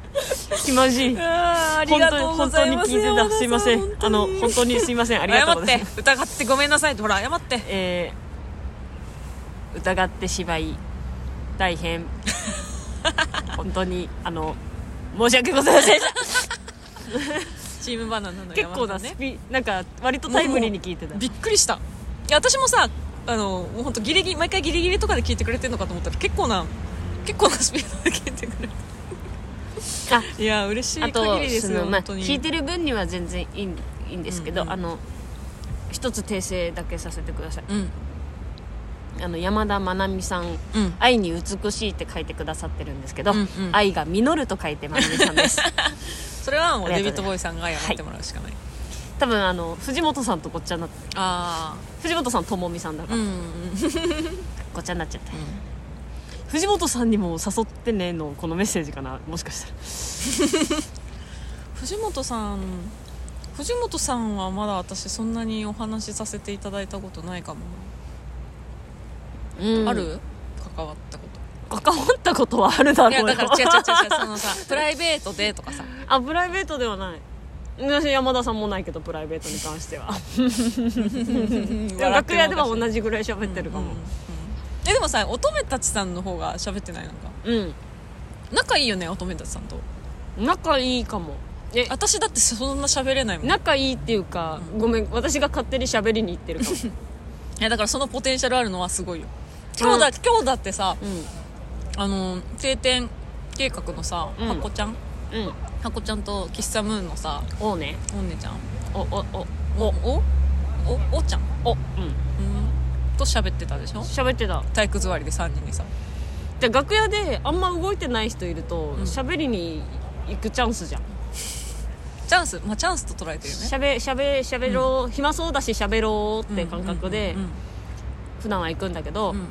S1: 気まじい
S2: あーあり
S1: 本
S2: が
S1: 当に
S2: とうご
S1: 本
S2: ざ
S1: 当
S2: い
S1: に
S2: ます
S1: 聞いてたすいませんあの本当にすいませんありが
S2: 謝
S1: とう
S2: っ
S1: ござい
S2: て
S1: ます
S2: 疑ってごめんなさいってほら謝って
S4: えー疑ってしまい大変本当にあの申し訳ございませ んでした
S2: チームバナナの
S4: 結
S2: 山
S4: 構な
S2: 田さ
S4: ん
S2: ね
S4: スピ、なんか割とタイムリーに聞いてた
S2: びっくりしたいや私もさあのもう本当ギリギリ毎回ギリギリとかで聞いてくれてるのかと思ったら結構な結構なスピードで聞いてくれて
S1: あ
S2: いや嬉しい
S1: あ
S2: 限
S1: と
S2: りで
S1: そ
S2: すよ
S1: の、まあ、
S2: 本当に
S1: 聞いてる分には全然いいんいいんですけ
S2: う
S1: ど、
S2: んうん
S1: あの一つ訂正だけさせてください
S2: うん
S1: あの山田まなみさん
S2: うん
S1: 「愛に美しい」って書いてくださってるんですけど「
S2: うんうん
S1: 愛が実る」と書いてまなみさんです
S2: それはもう
S1: あ
S2: デ
S1: り
S2: ビ
S1: が
S2: ッ
S1: と
S2: ド・
S1: う
S2: ボー
S1: ご
S2: イさんが謝ってもらうしかない、
S1: 多分あの藤本さんとごっちゃになって
S2: あ
S1: 藤本さんともみさんだか
S2: あう
S1: ら、
S2: んうん
S1: ごっちゃになっちゃった藤本さんにも誘ってねのこのメッセージかなもしかしたら
S2: 藤本さん藤本さんはまだ私そんなにお話しさせていただいたことないかも、ある関わったこと
S1: 関わったことはあるだ
S2: い
S1: ろ
S2: や
S1: う
S2: だ
S1: よ
S2: から違う違う違うそのさプライベートでとかさ
S1: あプライベートではない私山田さんもないけどプライベートに関してはでも楽屋では同じぐらい喋ってるかも
S2: えでもさ乙女たちさんの方が喋ってないなんか
S1: うん、
S2: 仲いいよね乙女たちさんと
S1: 仲いいかもえ
S2: 私だってそんな喋れないもんい
S1: 仲いいっていうかごめん私が勝手に喋りに行ってるかも、
S2: やだからそのポテンシャルあるのはすごいよ今日だ,、今日だってさあの定点計画のさ、
S1: うん
S2: ハコちゃん
S1: うんうん
S2: ハコちゃんと喫茶ムーンのさ
S1: おうね
S2: おんねちゃん
S1: おおお
S2: おおおおちゃん
S1: おうん
S2: うんと喋ってたでしょ
S1: 喋ってた
S2: 体育座りで3人でさ
S1: じゃあ楽屋であんま動いてない人いると
S2: ん
S1: 喋、りに行くチャンスじゃん
S2: チャンスまあチャンスと捉えてるよね
S1: しゃべしゃべしゃべろう、暇そうだししゃべろうって感覚で
S2: うんうん
S1: 普段は行くんだけど、
S2: うんうん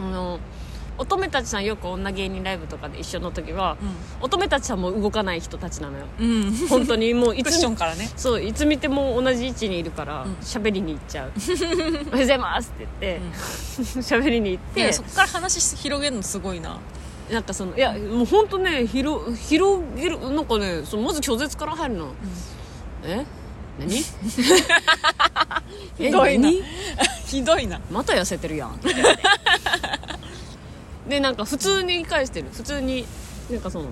S1: あの乙女たちさんよく女芸人ライブとかで一緒の時は、
S2: うん
S1: 乙女たちさんも動かない人たちなのよ
S2: うんうん
S1: 本 当にもうい
S2: クッ
S1: つ
S2: ションからね
S1: そういつ見ても同じ位置にいるから
S2: ん
S1: 喋、りに行っち ゃう「おはようございます」って言って 喋、りに行っ
S2: い
S1: て
S2: やそこから話し広げるのすごいな
S1: なんかそのいやもう本当ね広広げるなんかねそのまず拒絶から入るの、え 何え
S2: ひどいな
S1: 何
S2: ひどいな
S1: また痩せてるやんでなんか普通に返してる普通になんかそのい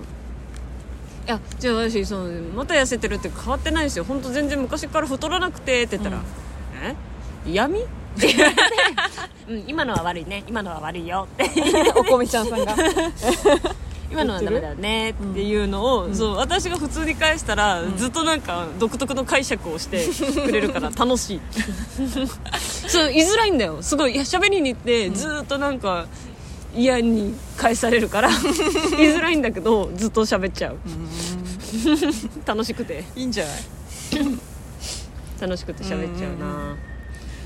S1: やじゃあ私そのまた痩せてるって変わってないですよ本当全然昔から太らなくてって言ったら「
S2: うん
S1: え嫌 味?」って言われて「うん今のは悪いね今のは悪いよ」って
S2: お米ちゃんさんが
S1: 今のはダメだよねっていうのを、そう私が普通に返したら、ずっとなんか独特の解釈をして くれるから楽しいそう言いづらいんだよすごいいや喋りに行って、ずっとなんか嫌に返される から言いづらいんだけどずっと喋っちゃう楽しくて
S2: いいんじゃない
S1: 楽しくて喋っちゃうな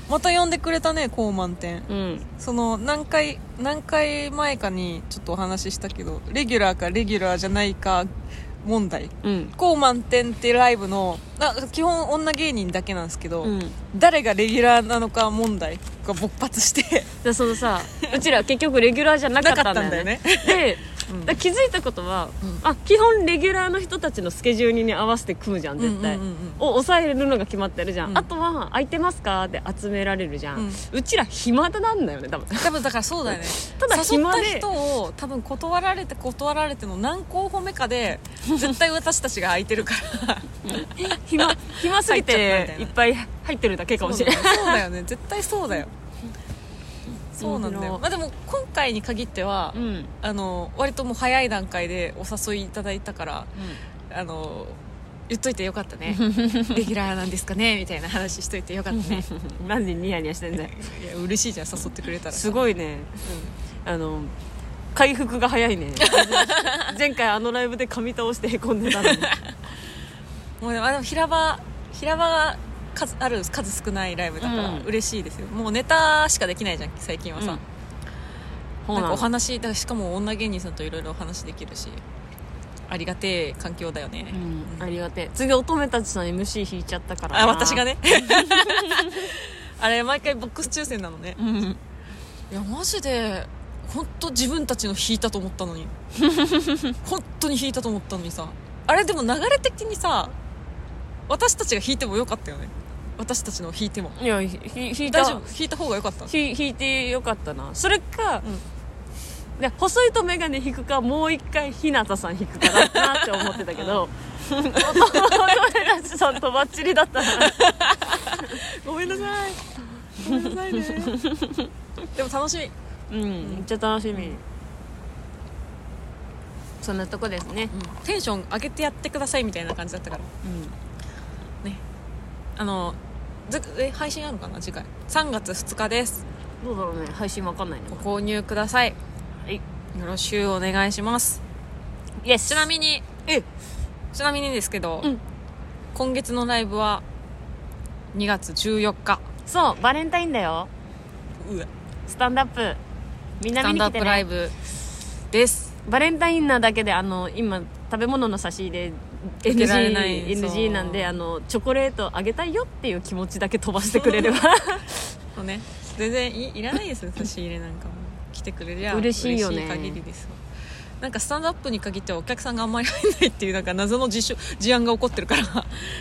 S2: また呼んでくれたね高満点
S1: うん
S2: その何回何回前かにちょっとお話ししたけどレギュラーかレギュラーじゃないか問題
S1: うん
S2: 高満点ってライブのあ基本女芸人だけなんですけど、
S1: うんだか
S2: 誰がレギュラーなのか問題が勃発して
S1: らそのさうちら結局レギュラーじゃなか
S2: な
S1: っ
S2: かったた
S1: ん
S2: ん
S1: だよ
S2: だよ
S1: ね
S2: ね
S1: で
S2: うん
S1: だから気づいたことは、
S2: うん
S1: あ基本レギュラーの人たちのスケジュールに合わせて組むじゃん絶対、
S2: うんうんうんうん
S1: を抑えるのが決まってるじゃん、
S2: うん
S1: あとは「空いてますか?」って集められるじゃん、う
S2: うん
S1: ちら暇だなんだよね多分
S2: 多分だからそうだよね
S1: ただ
S2: 誘っ
S1: 暇
S2: た
S1: で
S2: 人を多分断られて断られての何候補目かで絶対私たちが空いてるから
S1: 暇 暇す
S2: 入
S1: ぎ
S2: っちゃったみたい
S1: てい
S2: な
S1: っぱい入ってるだけかもしれない
S2: そうだよそうだよね絶対そうだよそうなんだよ、まあ、でも今回に限っては、
S1: うん、うん
S2: あの割ともう早い段階でお誘いいただいたからあの言っといてよかった ねレギュラーなんですかねみたいな話しといてよかったね
S1: マジでニヤニヤしてんだよ
S2: いや嬉しいじゃん誘ってくれたら
S1: すごいねあの回復が早い ね前回あのライブで噛み倒してへこんでたのに
S2: もうでもあでも平場平場が数ある数少ないライブだから
S1: うん
S2: 嬉しいですよ、もうネタしかできないじゃん最近はさ、なんかお話だからしかも女芸人さんといろいろお話できるしありがてえ環境だよね、
S1: うん、ありがてえ次乙女たちの MC 引いちゃったからな
S2: あ私が ねあれ毎回ボックス抽選なのね
S1: うん
S2: いやマジで本当自分たちの引いたと思ったの に本当に引いたと思ったのにさあれでも流れ的にさ私たちが引いてもよかったよね私たちの引いても
S1: いやひひ引いた
S2: 大丈夫引いた方がよかった
S1: ひ引いてよかったなそれか、で細いと眼鏡引くかもう一回日向さん引くかなって思ってたけ ど乙女たちさんとばっちりだったな
S2: ごめんなさいごめんなさいね でも楽しみ
S1: うん、めっちゃ楽しみ、そんなとこですね、
S2: テンション上げてやってくださいみたいな感じだったからあのずえ配信あるかな次回3月2日です
S1: どうだろうね配信わかんないね
S2: ご購入ください
S1: はい
S2: よろしゅうお願いします
S1: イエス
S2: ちなみに
S1: え
S2: ちなみにですけど、
S1: うん
S2: 今月のライブは2月14日
S4: そうバレンタインだよ
S2: うわ
S4: スタンダップみん
S2: ス
S4: な
S2: タ
S4: 見に
S2: ンドア
S4: 来
S2: ッ
S4: て
S2: プラ
S4: ね
S2: イブです
S1: バレンタインなだけであの今食べ物の差し入れ
S2: いけられ
S1: NG,
S2: ないそう
S1: NG なんであのチョコレートあげたいよっていう気持ちだけ飛ばしてくれ れば
S2: そうね全然いいらないですよ差し入れなんかも来てくれりゃ
S1: 嬉しいよね
S2: 嬉しい限りですよなんかスタンドアップに限ってはお客さんがあんまり入んないっていうなんか謎の事象事案が起こってるから、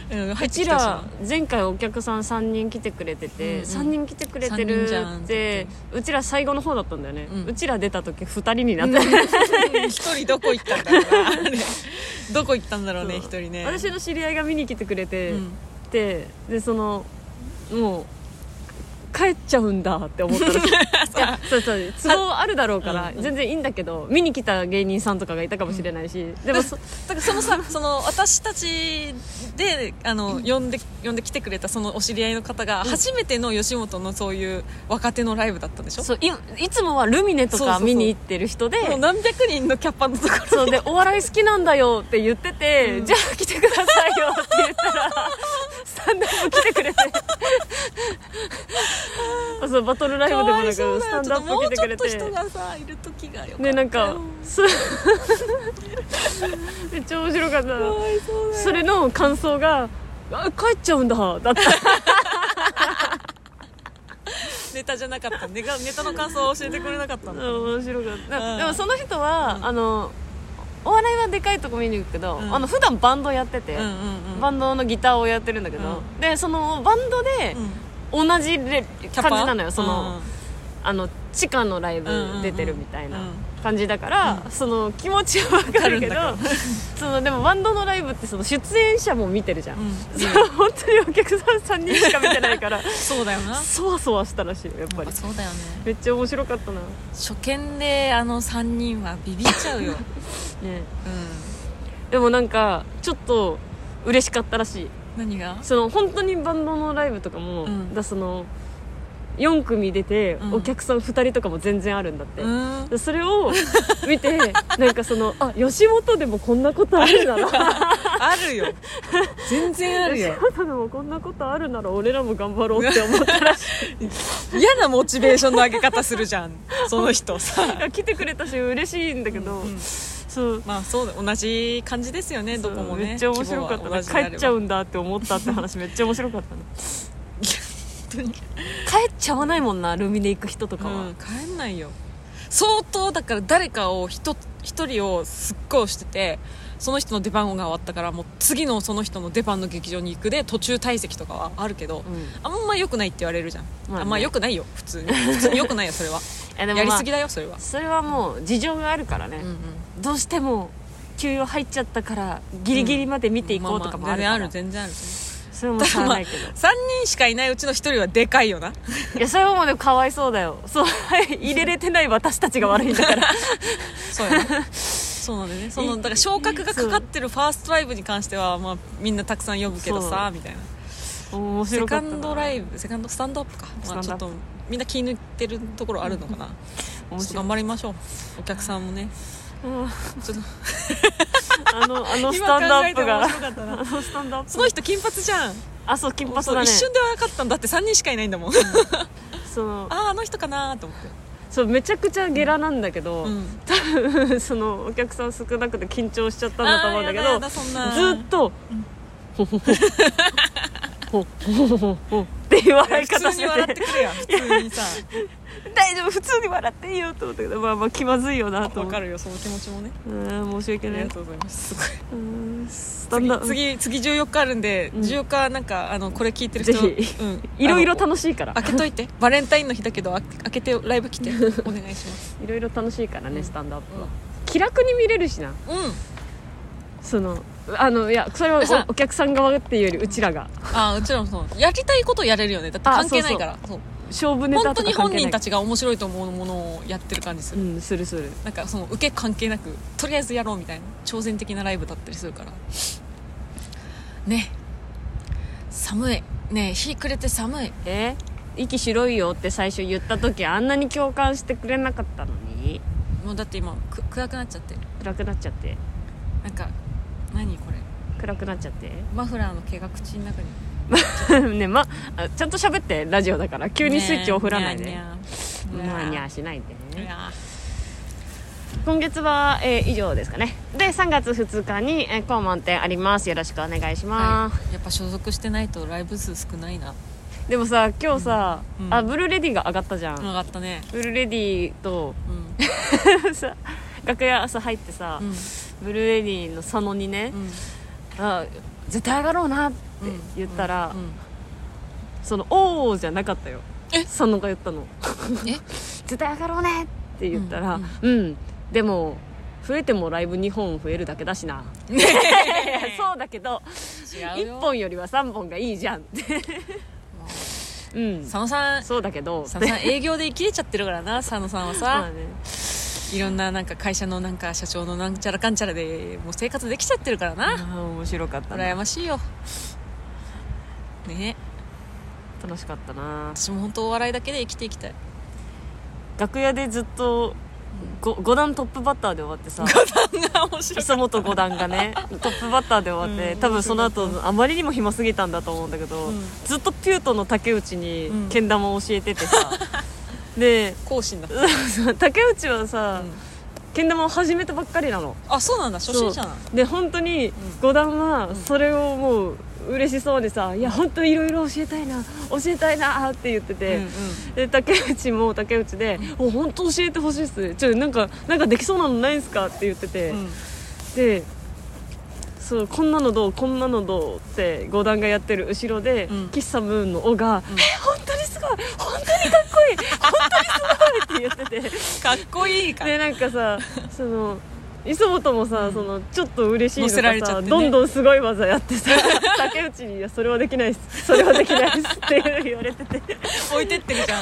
S2: うん、入
S1: う
S2: ってき
S1: ち
S2: てほしい
S1: ら
S2: な
S1: 前回お客さん3人来てくれて
S2: う
S1: て、
S2: んうん
S1: 3人来てくれて
S2: 三人
S1: る
S2: じゃん
S1: っ
S2: ってて
S1: うちら最後の方だったんだよね、う
S2: うん
S1: ちら出た時2人になって、
S2: うん一人どこ行ったんだろうなあれどこ行ったんだろうね一人ね
S1: 私の知り合いが見に来てくれて、
S2: うん
S1: ででそのもう帰っちゃうんだって 思ったらいやそうそう都合あるだろうから
S2: うんうん
S1: 全然いいんだけど見に来た芸人さんとかがいたかもしれないし、でもそ
S2: だからその さその私たちであの呼んで呼んで来てくれたそのお知り合いの方が初めての吉本のそういう若手のライブだったんでしょ
S1: そういいつもはルミネと
S2: そうそう
S1: か
S2: そう
S1: 見に行ってる人で
S2: もう何百人のキャパのところ
S1: そうでお笑い好きなんだよって言ってて、じゃあ来てくださいよって言ったらスタンダップ来てく れてあそうバトルライブでもなく
S2: かわいそう
S1: スタンダップ来てくれて
S2: ちょっともうちょっと人がさいる時がよかったよ
S1: ねなんかす めっちゃ面白かった
S2: かわいそうだよ
S1: それの感想が「あ帰っちゃうんだ」だった
S2: ネタじゃなかったネタネタの感想を教えてくれなかったの
S1: 面白かった
S2: うん
S1: でもその人は、あのお笑いはでかいとこ見に行くけど、
S2: うん
S1: あの普段バンドやってて、
S2: うんうんうん
S1: バンドのギターをやってるんだけど、
S2: う
S1: でそのバンドで
S2: うん
S1: 同じレ
S2: キャパ
S1: 感じなのよその,、あの地下のライ
S2: うんうんう
S1: ブ
S2: ん
S1: 出てるみたいな
S2: うん
S1: 感じだから、その気持ちは分かるけど
S2: わかる
S1: そのでもバンドのライブってその出演者も見てるじゃん、
S2: うん
S1: それ本当にお客さん3人しか見てない から
S2: そうだよなやっ
S1: そわそわしたらしいよやっぱり
S2: ぱそうだよね
S1: めっちゃ面白かったなね
S2: 初見であの3人はビビっちゃう よ、うん、
S1: でもなんかちょっと嬉しかったらしい
S2: 何が
S1: その本当にバンドのライブとかも、
S2: うん
S1: だその4組出て、
S2: うん
S1: お客さん2人とかも全然あるんだって、
S2: うん
S1: でそれを見てなんかそのあ吉本でもこんなことあるなら
S2: あるよ全然ある
S1: 吉
S2: よ
S1: 本でもこんなことあるなら俺らも頑張ろうって思ったらしい
S2: 嫌なモチベーションの上げ方するじゃんその人さ
S1: いや来てくれたし嬉しいんだけど、
S2: うん
S1: そ う
S2: まあそうだ同じ感じですよねどこもね
S1: めっちゃ面白かったな帰っちゃ
S2: う
S1: うんだって思ったって話めっちゃ面白かったな
S2: 当に
S1: 帰っちゃわないもんなルミネ行く人とかは、
S2: うん、帰んないよ相当だから誰かを一一人をすっごい推しててその人の出番が終わったからもう次のその人の出番の劇場に行くで途中退席とかはあるけど、
S1: うん
S2: あんま良くないって言われるじゃん、
S1: まあね
S2: あんま良くないよ普通に普通に良くないよそれは
S1: えでもまあ
S2: やりすぎだよそれは、
S1: それはもう事情があるからね、
S2: うんうん、
S1: どうしても給与入っちゃったからギリギリまで見ていこうとかもあるから、
S2: まあまあ全然ある全然ある
S1: それもしゃあないけ ど、
S2: 3人しかいないうちの1人はでかいよない
S1: やそれはもうでもかわいそうだよそう入れれてない私たちが悪いんだから
S2: そうや なそうなんだよねそのだから昇格がかかってるファーストライブに関しては、まあ、みんなたくさん呼ぶけどさみたいな
S1: 面
S2: セ
S1: 白
S2: カ
S1: かったな
S2: ンドライブセカンドスタンドアップか、まあ、
S1: ス
S2: ちょ
S1: タン
S2: っ
S1: ド
S2: と
S1: ア
S2: みんな気抜いてるところあるのかな
S1: 面
S2: ちょっと
S1: 白い
S2: 頑張りましょうお客さんもねちょっと
S1: あのあのスタンドアップが
S2: 今考えても面白かったな
S1: あのスタンドアップ
S2: その人金髪じゃん、
S1: あそう金髪
S2: そう
S1: だね
S2: 一瞬で分かったんだって3人しかいないんだもんあ
S1: そう
S2: ああの人かなと思って
S1: そうめちゃくちゃゲラなんだけど、
S2: うん
S1: そのお客さん少なくて緊張しちゃったんだと思
S2: あ
S1: うん
S2: ーや
S1: だけ
S2: だ
S1: ど
S2: やだそんな
S1: ずーっと「ほほほほほほほほ」っていう笑い
S2: 普
S1: 方
S2: 通
S1: し
S2: に笑ってて
S1: て
S2: くれや普通 にさ
S1: 大丈夫普通に笑っていいよと思ったけどまあまあ気まずいよなと
S2: 分
S1: 思っ
S2: か
S1: て
S2: るよその気持ちもね
S1: うーん申し
S2: あ
S1: 訳な
S2: り
S1: い
S2: がとうございますすごいう
S1: ーんスタンダ
S2: 次次次14日あるんで、
S1: うん
S2: 14日なんかあのこれ聞いてる人
S1: ぜひ
S2: うん、
S1: いろいろ
S2: あの
S1: 楽しいから
S2: 開けといてバレンタインの日だけどあ開けてライブ来てお願いし ます
S1: いろいろ楽しいからねスタンドアップは
S2: うん
S1: 気楽に見れるしな
S2: うん
S1: そのあのいやそれは
S2: さ
S1: おお客さん側っていうよりうちらが
S2: あうちらもそうやりたいことやれるよねだって関係ないからそう
S1: 勝負ネタ
S2: 本当
S1: と
S2: に
S1: か
S2: 本
S1: 関係
S2: 人
S1: な
S2: た
S1: い
S2: ちが面白いと思うものをやってる感じす
S1: う
S2: る、
S1: んするする
S2: なんかその受け関係なくとりあえずやろうみたいな挑戦的なライブだったりするからね寒いね日暮れて寒い
S1: え息白いよって最初言った時あんなに共感してくれなかったのに
S2: もうだって今く暗くなっちゃって
S1: 暗くなっちゃって
S2: なんか何これ
S1: 暗くなっちゃって
S2: マフラーの毛が口の中に
S1: ねまあちゃんと喋ってラジオだから急にスイッチを振らないで、
S2: ねに
S1: ね、
S2: ゃにゃ
S1: ニャーニャー
S2: ー
S1: しないで
S2: にゃ
S1: 今月は、えー以上ですかねで3月2日に、えー、高満点ありますよろしくお願いし
S2: は
S1: ます、
S2: い、やっぱ所属してないとライブ数少ないな
S1: でもさ今日さ、
S2: うん
S1: あブルーレディが上がったじゃん、
S2: 上がったね
S1: ブルーレディと
S2: うん
S1: さ楽屋朝入ってさ、
S2: うん
S1: ブルーレディの佐野にね、
S2: うん
S1: あ絶対上がろうなって言ったら、その「おーじゃなかったよ
S2: え
S1: 佐野が言ったの
S2: え
S1: 「 絶対上がろうね」って言ったら
S2: うん
S1: 「うん、でも増えてもライブ2本増えるだけだしな」いや そうだけど
S2: 違う
S1: 1
S2: よ
S1: 本よりは3本がいい じゃんってうん
S2: 佐野さん
S1: そうだけど
S2: 佐野さん営業で生きれちゃってるからな佐野さんは
S1: まあ
S2: さ
S1: ね
S2: いろんななんか会社のなんか社長のなんちゃらかんちゃらでもう生活できちゃってるから
S1: あ
S2: な
S1: ー面白かったな
S2: 羨ましいよね
S1: 楽しかったな
S2: 私も本当お笑いだけで生きていきたい
S1: 楽屋でずっと 5, 五段トップバッターで終わって さ
S2: 面白い
S1: 磯本五段がねトップバッターで終わって、
S2: うん
S1: 多分その後あまりにも暇すぎたんだと思うんだけど、
S2: うん
S1: ずっとピュートの竹内に
S2: うん
S1: けん玉を教えて てさ、で
S2: 講師になった、
S1: 竹内はさ、
S2: うん
S1: けん玉を始めたばっかりなの
S2: あそうなんだ初心者なの
S1: で本当に五段はそれをもう嬉しそうでさ「いや本当いろいろ教えたいな教えたいな」って言ってて、
S2: うんうん
S1: で竹内も竹内で「お本当教えてほしいっすちょなんかなんかできそうなのないんすか?」って言ってて、
S2: うん
S1: でそうこんなのどうこんなのどうって五段がやってる後ろで、
S2: うん
S1: 喫茶ムーンの「お」が「え本当にすごい本当にかっこいい本当にすごい!」って言っ てて
S2: かっこいいから
S1: でなんかさその磯本もさ、そのちょっと嬉しいの
S2: 乗せら
S1: が
S2: れちゃ
S1: さ、
S2: ってね
S1: どんどんすごい技やってさ 竹内に「いやそれはできないっすそれはできないっす」って言われてて
S2: 置いてってるじゃ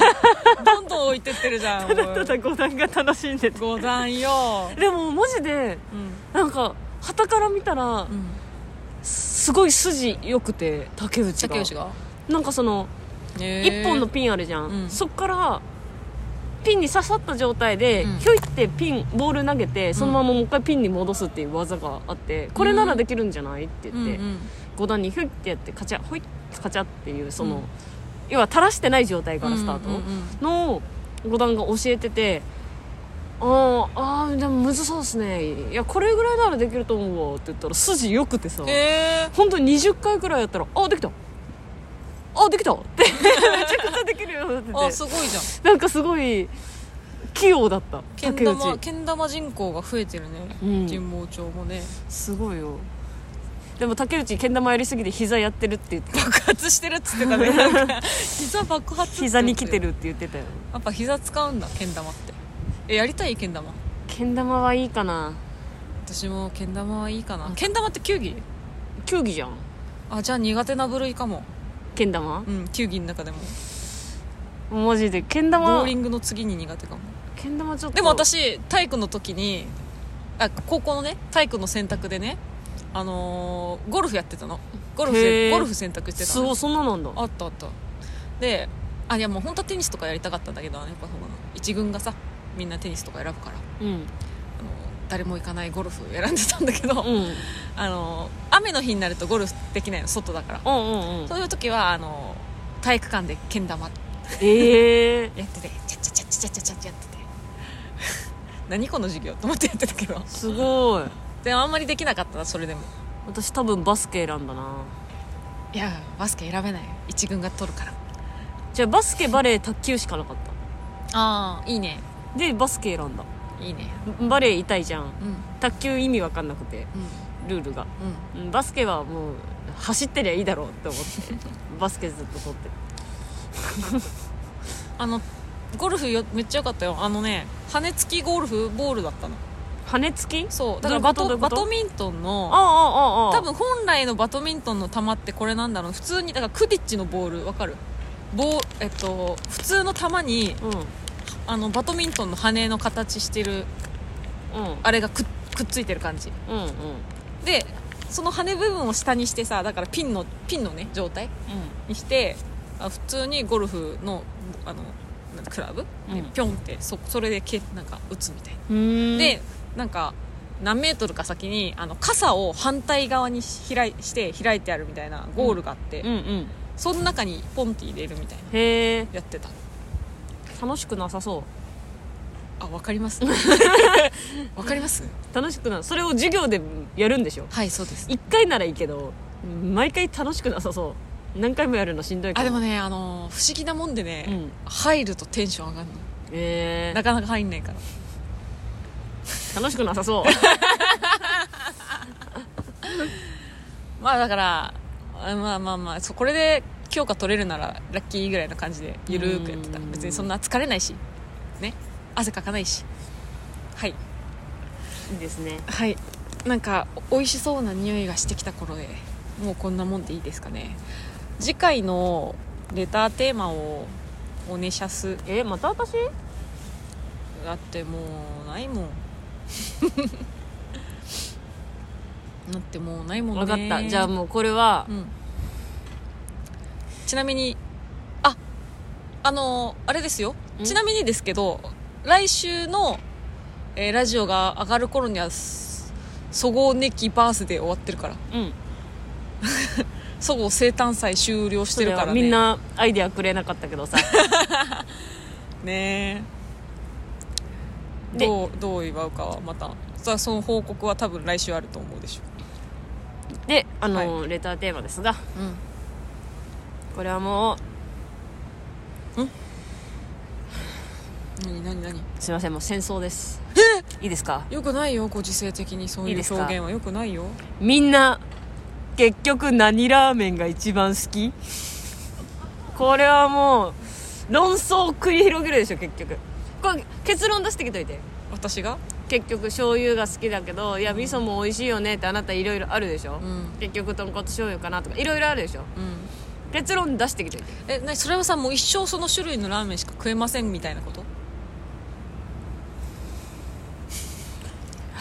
S2: んどんどん置いてってるじゃんも
S1: た
S2: う
S1: だ五段が楽しんでて
S2: 五段よ、
S1: でもマジで
S2: うん
S1: なんか旗から見たらすごい筋良くて竹内が
S2: 竹内が
S1: なんかその
S2: 一
S1: 一本のピンあるじゃん、
S2: うん
S1: そっからピンに刺さった状態で、
S2: うん
S1: ひょいってピンボール投げてそのままもう一回ピンに戻すっていう技があってこれならできるんじゃないって言って、五段にひょいってやってカチャほいカチャっていうその、
S2: うん
S1: 要は垂らしてない状態からスタート、
S2: うんうんうん
S1: の五段が教えててあーあーでもむずそうですねいやこれぐらいならできると思うわって言ったら筋よくてさ、
S2: へ
S1: 本当に20回くらいやったら「あできたあできた!」ってめちゃくちゃできるようになって
S2: ー
S1: て
S2: あすごいじゃん
S1: なんかすごい器用だった
S2: けん
S1: 竹
S2: 玉
S1: 内、
S2: けん玉人口が増えてるね
S1: うん、
S2: 神保町もね
S1: すごいよでも竹内けん玉やりすぎて膝やってるって言 って
S2: 爆発してるっつってたねなん か膝爆発って言ってた
S1: 膝
S2: よ
S1: に来てるって言ってたよ
S2: やっぱ膝使うんだけん玉ってえやりたいけん玉
S1: けん玉はいいかな
S2: 私もけん玉はいいかなけん玉って球技
S1: 球技じゃん
S2: あじゃあ苦手な部類かも
S1: けん玉
S2: うん球技の中でも
S1: マジでけ
S2: ボ
S1: ん玉
S2: ーリングの次に苦手かも
S1: けん玉ちょっと
S2: でも私体育の時にあ高校のね体育の選択でねあのーゴルフやってたのゴルフせ
S1: へー
S2: ゴルフ選択してた
S1: す
S2: のね
S1: ごいそんななんだ
S2: あったあったであいやもう本当はテニスとかやりたかったんだけどねやっぱその一軍がさみんなテニスとか選ぶから
S1: うん
S2: あの誰も行かないゴルフ選んでたんだけど、
S1: うん
S2: あの雨の日になるとゴルフできないの外だから、
S1: うんうんうん
S2: そういう時はあの体育館でけん玉
S1: ええ
S2: やっててチャチャチャチャチャチャチャやってて 何この授業と思ってやってたけど
S1: すごい
S2: でもあんまりできなかったなそれでも
S1: 私多分バスケ選んだない
S2: やバスケ選べない一軍が取るから
S1: じゃあバスケバレー卓球しかなかった
S2: ああいいね
S1: でバスケ選んだ
S2: いいね
S1: バレー痛いじゃん
S2: うんうん
S1: 卓球意味わかんなくてルールが
S2: うん
S1: うんバスケはもう走ってりゃいいだろうって思ってバスケずっと取って
S2: あのゴルフよめっちゃ良かったよあのね羽根付きゴルフボールだったの
S1: 羽根付き
S2: そうだ
S1: どう
S2: か
S1: い
S2: らバト
S1: うことどういうこ
S2: バ
S1: と
S2: ドミントンの
S1: ああああああ
S2: 多分本来のバドミントンの球ってこれなんだろう普通にだからクディッチのボールわかるボーえっと普通の球にあのバドミントンの羽の形してる
S1: うんうん
S2: あれがくっくっついてる感じ
S1: うんうん
S2: でその羽部分を下にしてさだからピンのピンのね状態にしてあ普通にゴルフのあのなんてクラブ、
S1: うん
S2: ピョンってそそれでけなんか打つみたいな、
S1: うん
S2: でなんか何メートルか先にあの傘を反対側に開いして開いてあるみたいなゴールがあって、
S1: うんうん
S2: その中にポンって入れるみたいな
S1: へえ
S2: やってた
S1: 楽しくなさそう
S2: あわかります わかります
S1: 楽しくなそれを授業でやるんでしょ
S2: はいそうです
S1: 一回ならいいけど毎回楽しくなさそう何回もやるのしんどいか
S2: あ
S1: ら
S2: でもねあのー不思議なもんでね、
S1: うん
S2: 入るとテンション上がるの
S1: えー
S2: なかなか入んないから
S1: 楽しくなさそう
S2: まあだからあまあまあまあそうこれで強化取れるならラッキーぐらいの感じでゆるーくやってた
S1: うん
S2: 別にそんな疲れないしね汗かかないしはい
S1: いいですね
S2: はいなんか美味しそうな匂いがしてきた頃でもうこんなもんでいいですかね次回のレターテーマをおねしゃす
S1: えまた私
S2: だってもうない もんだってもうないもんね
S1: 分かったじゃあもうこれは
S2: うん、ちなみにああのーあれですよ
S1: ん
S2: ちなみにですけど来週の、えーラジオが上がる頃にはすそごうねきバースデー終わってるから
S1: うん
S2: そごう生誕祭終了してるからね
S1: みんなアイデアくれなかったけどさ
S2: ねえ
S1: で
S2: どうどう祝うかはまたさあその報告は多分来週あると思うでしょ
S1: であの、レターテーマですが
S2: う、ん、
S1: これはも
S2: 何何何
S1: うすいませんもう戦争ですいいですか
S2: よくないよご時世的にそうい
S1: いいうです
S2: 表
S1: か
S2: 現はよくないよ
S1: みんな結局何ラーメンが一番好きこれはもう論争を繰り広げるでしょ結局これ結論出してきといて
S2: 私が
S1: 結局醤油が好きだけどいや味噌も美味しいよねってあなたいろいろあるでしょ、
S2: ん
S1: 結局豚骨醤油かなとかいろいろあるでしょ
S2: うん
S1: 結論出してきて
S2: えなにそれはさもう一生その種類のラーメンしか食えませんみたいなこと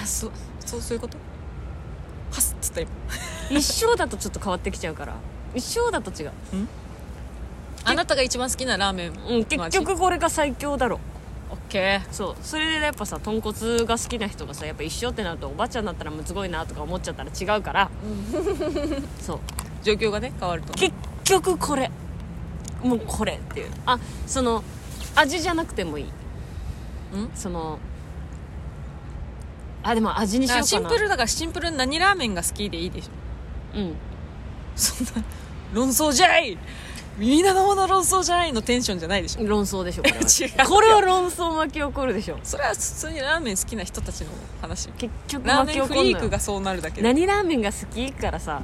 S2: あそそうそういうことはすっつった今
S1: 一生だとちょっと変わってきちゃうから一生だと違う
S2: あなたが一番好きなラーメンの味
S1: うん、結局これが最強だろ
S2: オッケ
S1: そうそれでやっぱさ豚骨が好きな人がさやっぱ一緒ってなるとおばあちゃんだったらむつごいなとか思っちゃったら違うからそう
S2: ー状況がね変わると
S1: 結局これもうこれっていうあその味じゃなくてもいいそのあでも味にしようか
S2: あ
S1: な
S2: シンプルだからシンプルに何ラーメンが好きでいいでしょ
S1: うん
S2: そんな論争じゃいみんなのもの論争じゃいのテンションじゃないで しょ
S1: 論争でしょこれは
S2: 違う
S1: これは論争巻き起こるでしょ
S2: それは普通にラーメン好きな人たちの話
S1: 結局
S2: ラー
S1: 巻
S2: メ
S1: き起
S2: ンフ
S1: こる
S2: リークがそうなるだけで
S1: 何ラーメンが好きからさ、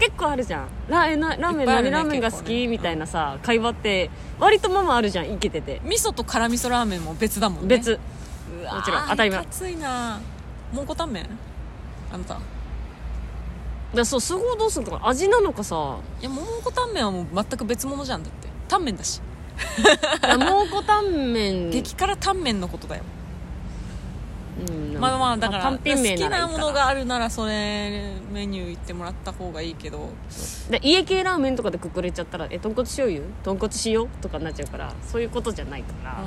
S1: 結構あるじゃんラーえなラーメ
S2: いっ
S1: ン
S2: ぱいあるね
S1: 何ラーメンが好
S2: 結
S1: き、
S2: 構ね
S1: みたいなさ会話って割とまあまああるじゃんいけてて
S2: 味噌と辛味噌ラーメンも別だもんね
S1: 別、もちろん当たり前
S2: 熱いな蒙古タンメンあなたい
S1: だそうそこをどうするかな味なの かさ
S2: や蒙古タンメンはもう全く別物じゃんだってタンメンだし、
S1: 蒙古タンメン
S2: 激辛タンメンのことだよ
S1: うん
S2: まあまあだから
S1: 単品名
S2: 好き
S1: らい
S2: ない
S1: か
S2: も
S1: ら
S2: のがあるならそれメニュー行ってもらった方がいいけど
S1: で家系ラーメンとかでくくれちゃったら「え豚骨醤油豚骨塩?」とかになっちゃうからそういうことじゃないから、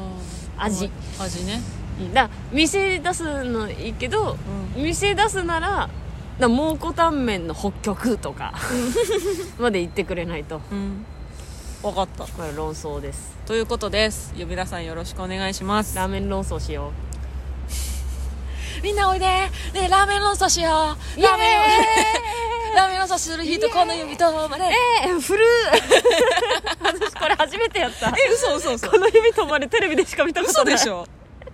S1: 味
S2: 味ね
S1: うんだから店出すのいいけど、店出すならだ蒙古タンメンの北極とかまで行ってくれないと
S2: うん分かった
S1: これ論争です
S2: ということです呼び出さんよろしくお願いします
S1: ラーメン論争しよ
S2: みんなおいでねえラーメン論争しようラー
S1: う
S2: メンをラーメン論争する日とこの指とまで
S1: えー、古い私これ初めてやった
S2: え嘘嘘嘘
S1: この指とまれテレビでしか見たこと
S2: 嘘
S1: ない
S2: でしょ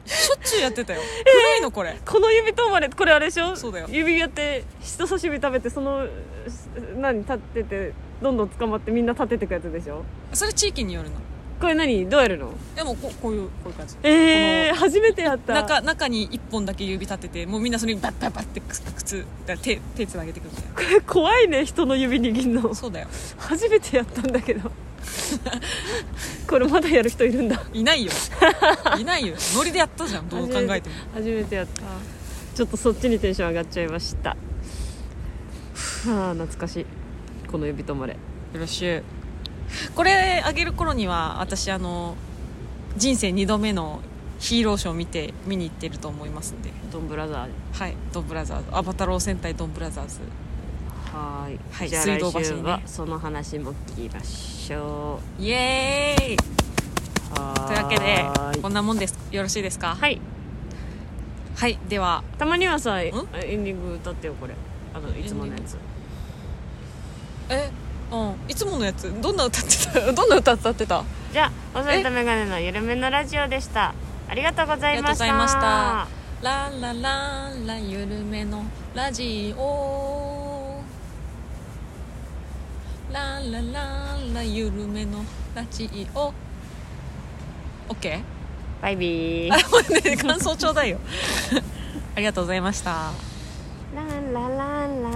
S2: しょっちゅうやってたよ古いのこれ
S1: この指とまれこれあれでしょ
S2: そうだよ
S1: 指やって人差し指食べてそのす何立っててどんどん捕まってみんな立ててくやつでしょ
S2: それ地域によるの
S1: これ何どうやるの
S2: でもこうこういうこういう感じ
S1: えー、初めてやった
S2: 中中に1本だけ指立ててもうみんなそれにバッバッバッって靴靴だから手手つなげてくるみたいな
S1: これ 怖いね人の指握るの
S2: そうだよ
S1: 初めてやったんだ けどこれまだやる人いるんだ
S2: いない よいないよノリでやったじゃんどう考えても
S1: 初めてやったちょっとそっちにテンション上がっちゃいましたはあ懐かしいこの指とまれ
S2: よろしいこれあげる頃には私あの人生2度目のヒーローショーを見て見に行ってると思いますんで
S1: ドンブラザー
S2: はいドンブラザーズアバタロー戦隊ドンブラザーズ
S1: はーい、
S2: はい
S1: じゃあ
S2: 水道橋
S1: 来
S2: にね
S1: 週はその話も聞きましょ
S2: イエーイ
S1: うはー
S2: というわけでこ
S1: は
S2: んなもんですよろしいですかはい、
S1: い
S2: では
S1: たまにはさエンディング歌ってよこれあのいつものやつ
S2: えうんいつものやつどんな歌ってたどんな歌歌ってた
S4: じゃあおさえたメガネのゆるめのラジオでしたありがとうございました
S2: ありがとうございましたランラランラゆるめのラジオランラランラゆるめのラジオ OK?
S4: バイビー
S2: あ待って感想ちょうだいよありがとうございました
S4: ランラランラ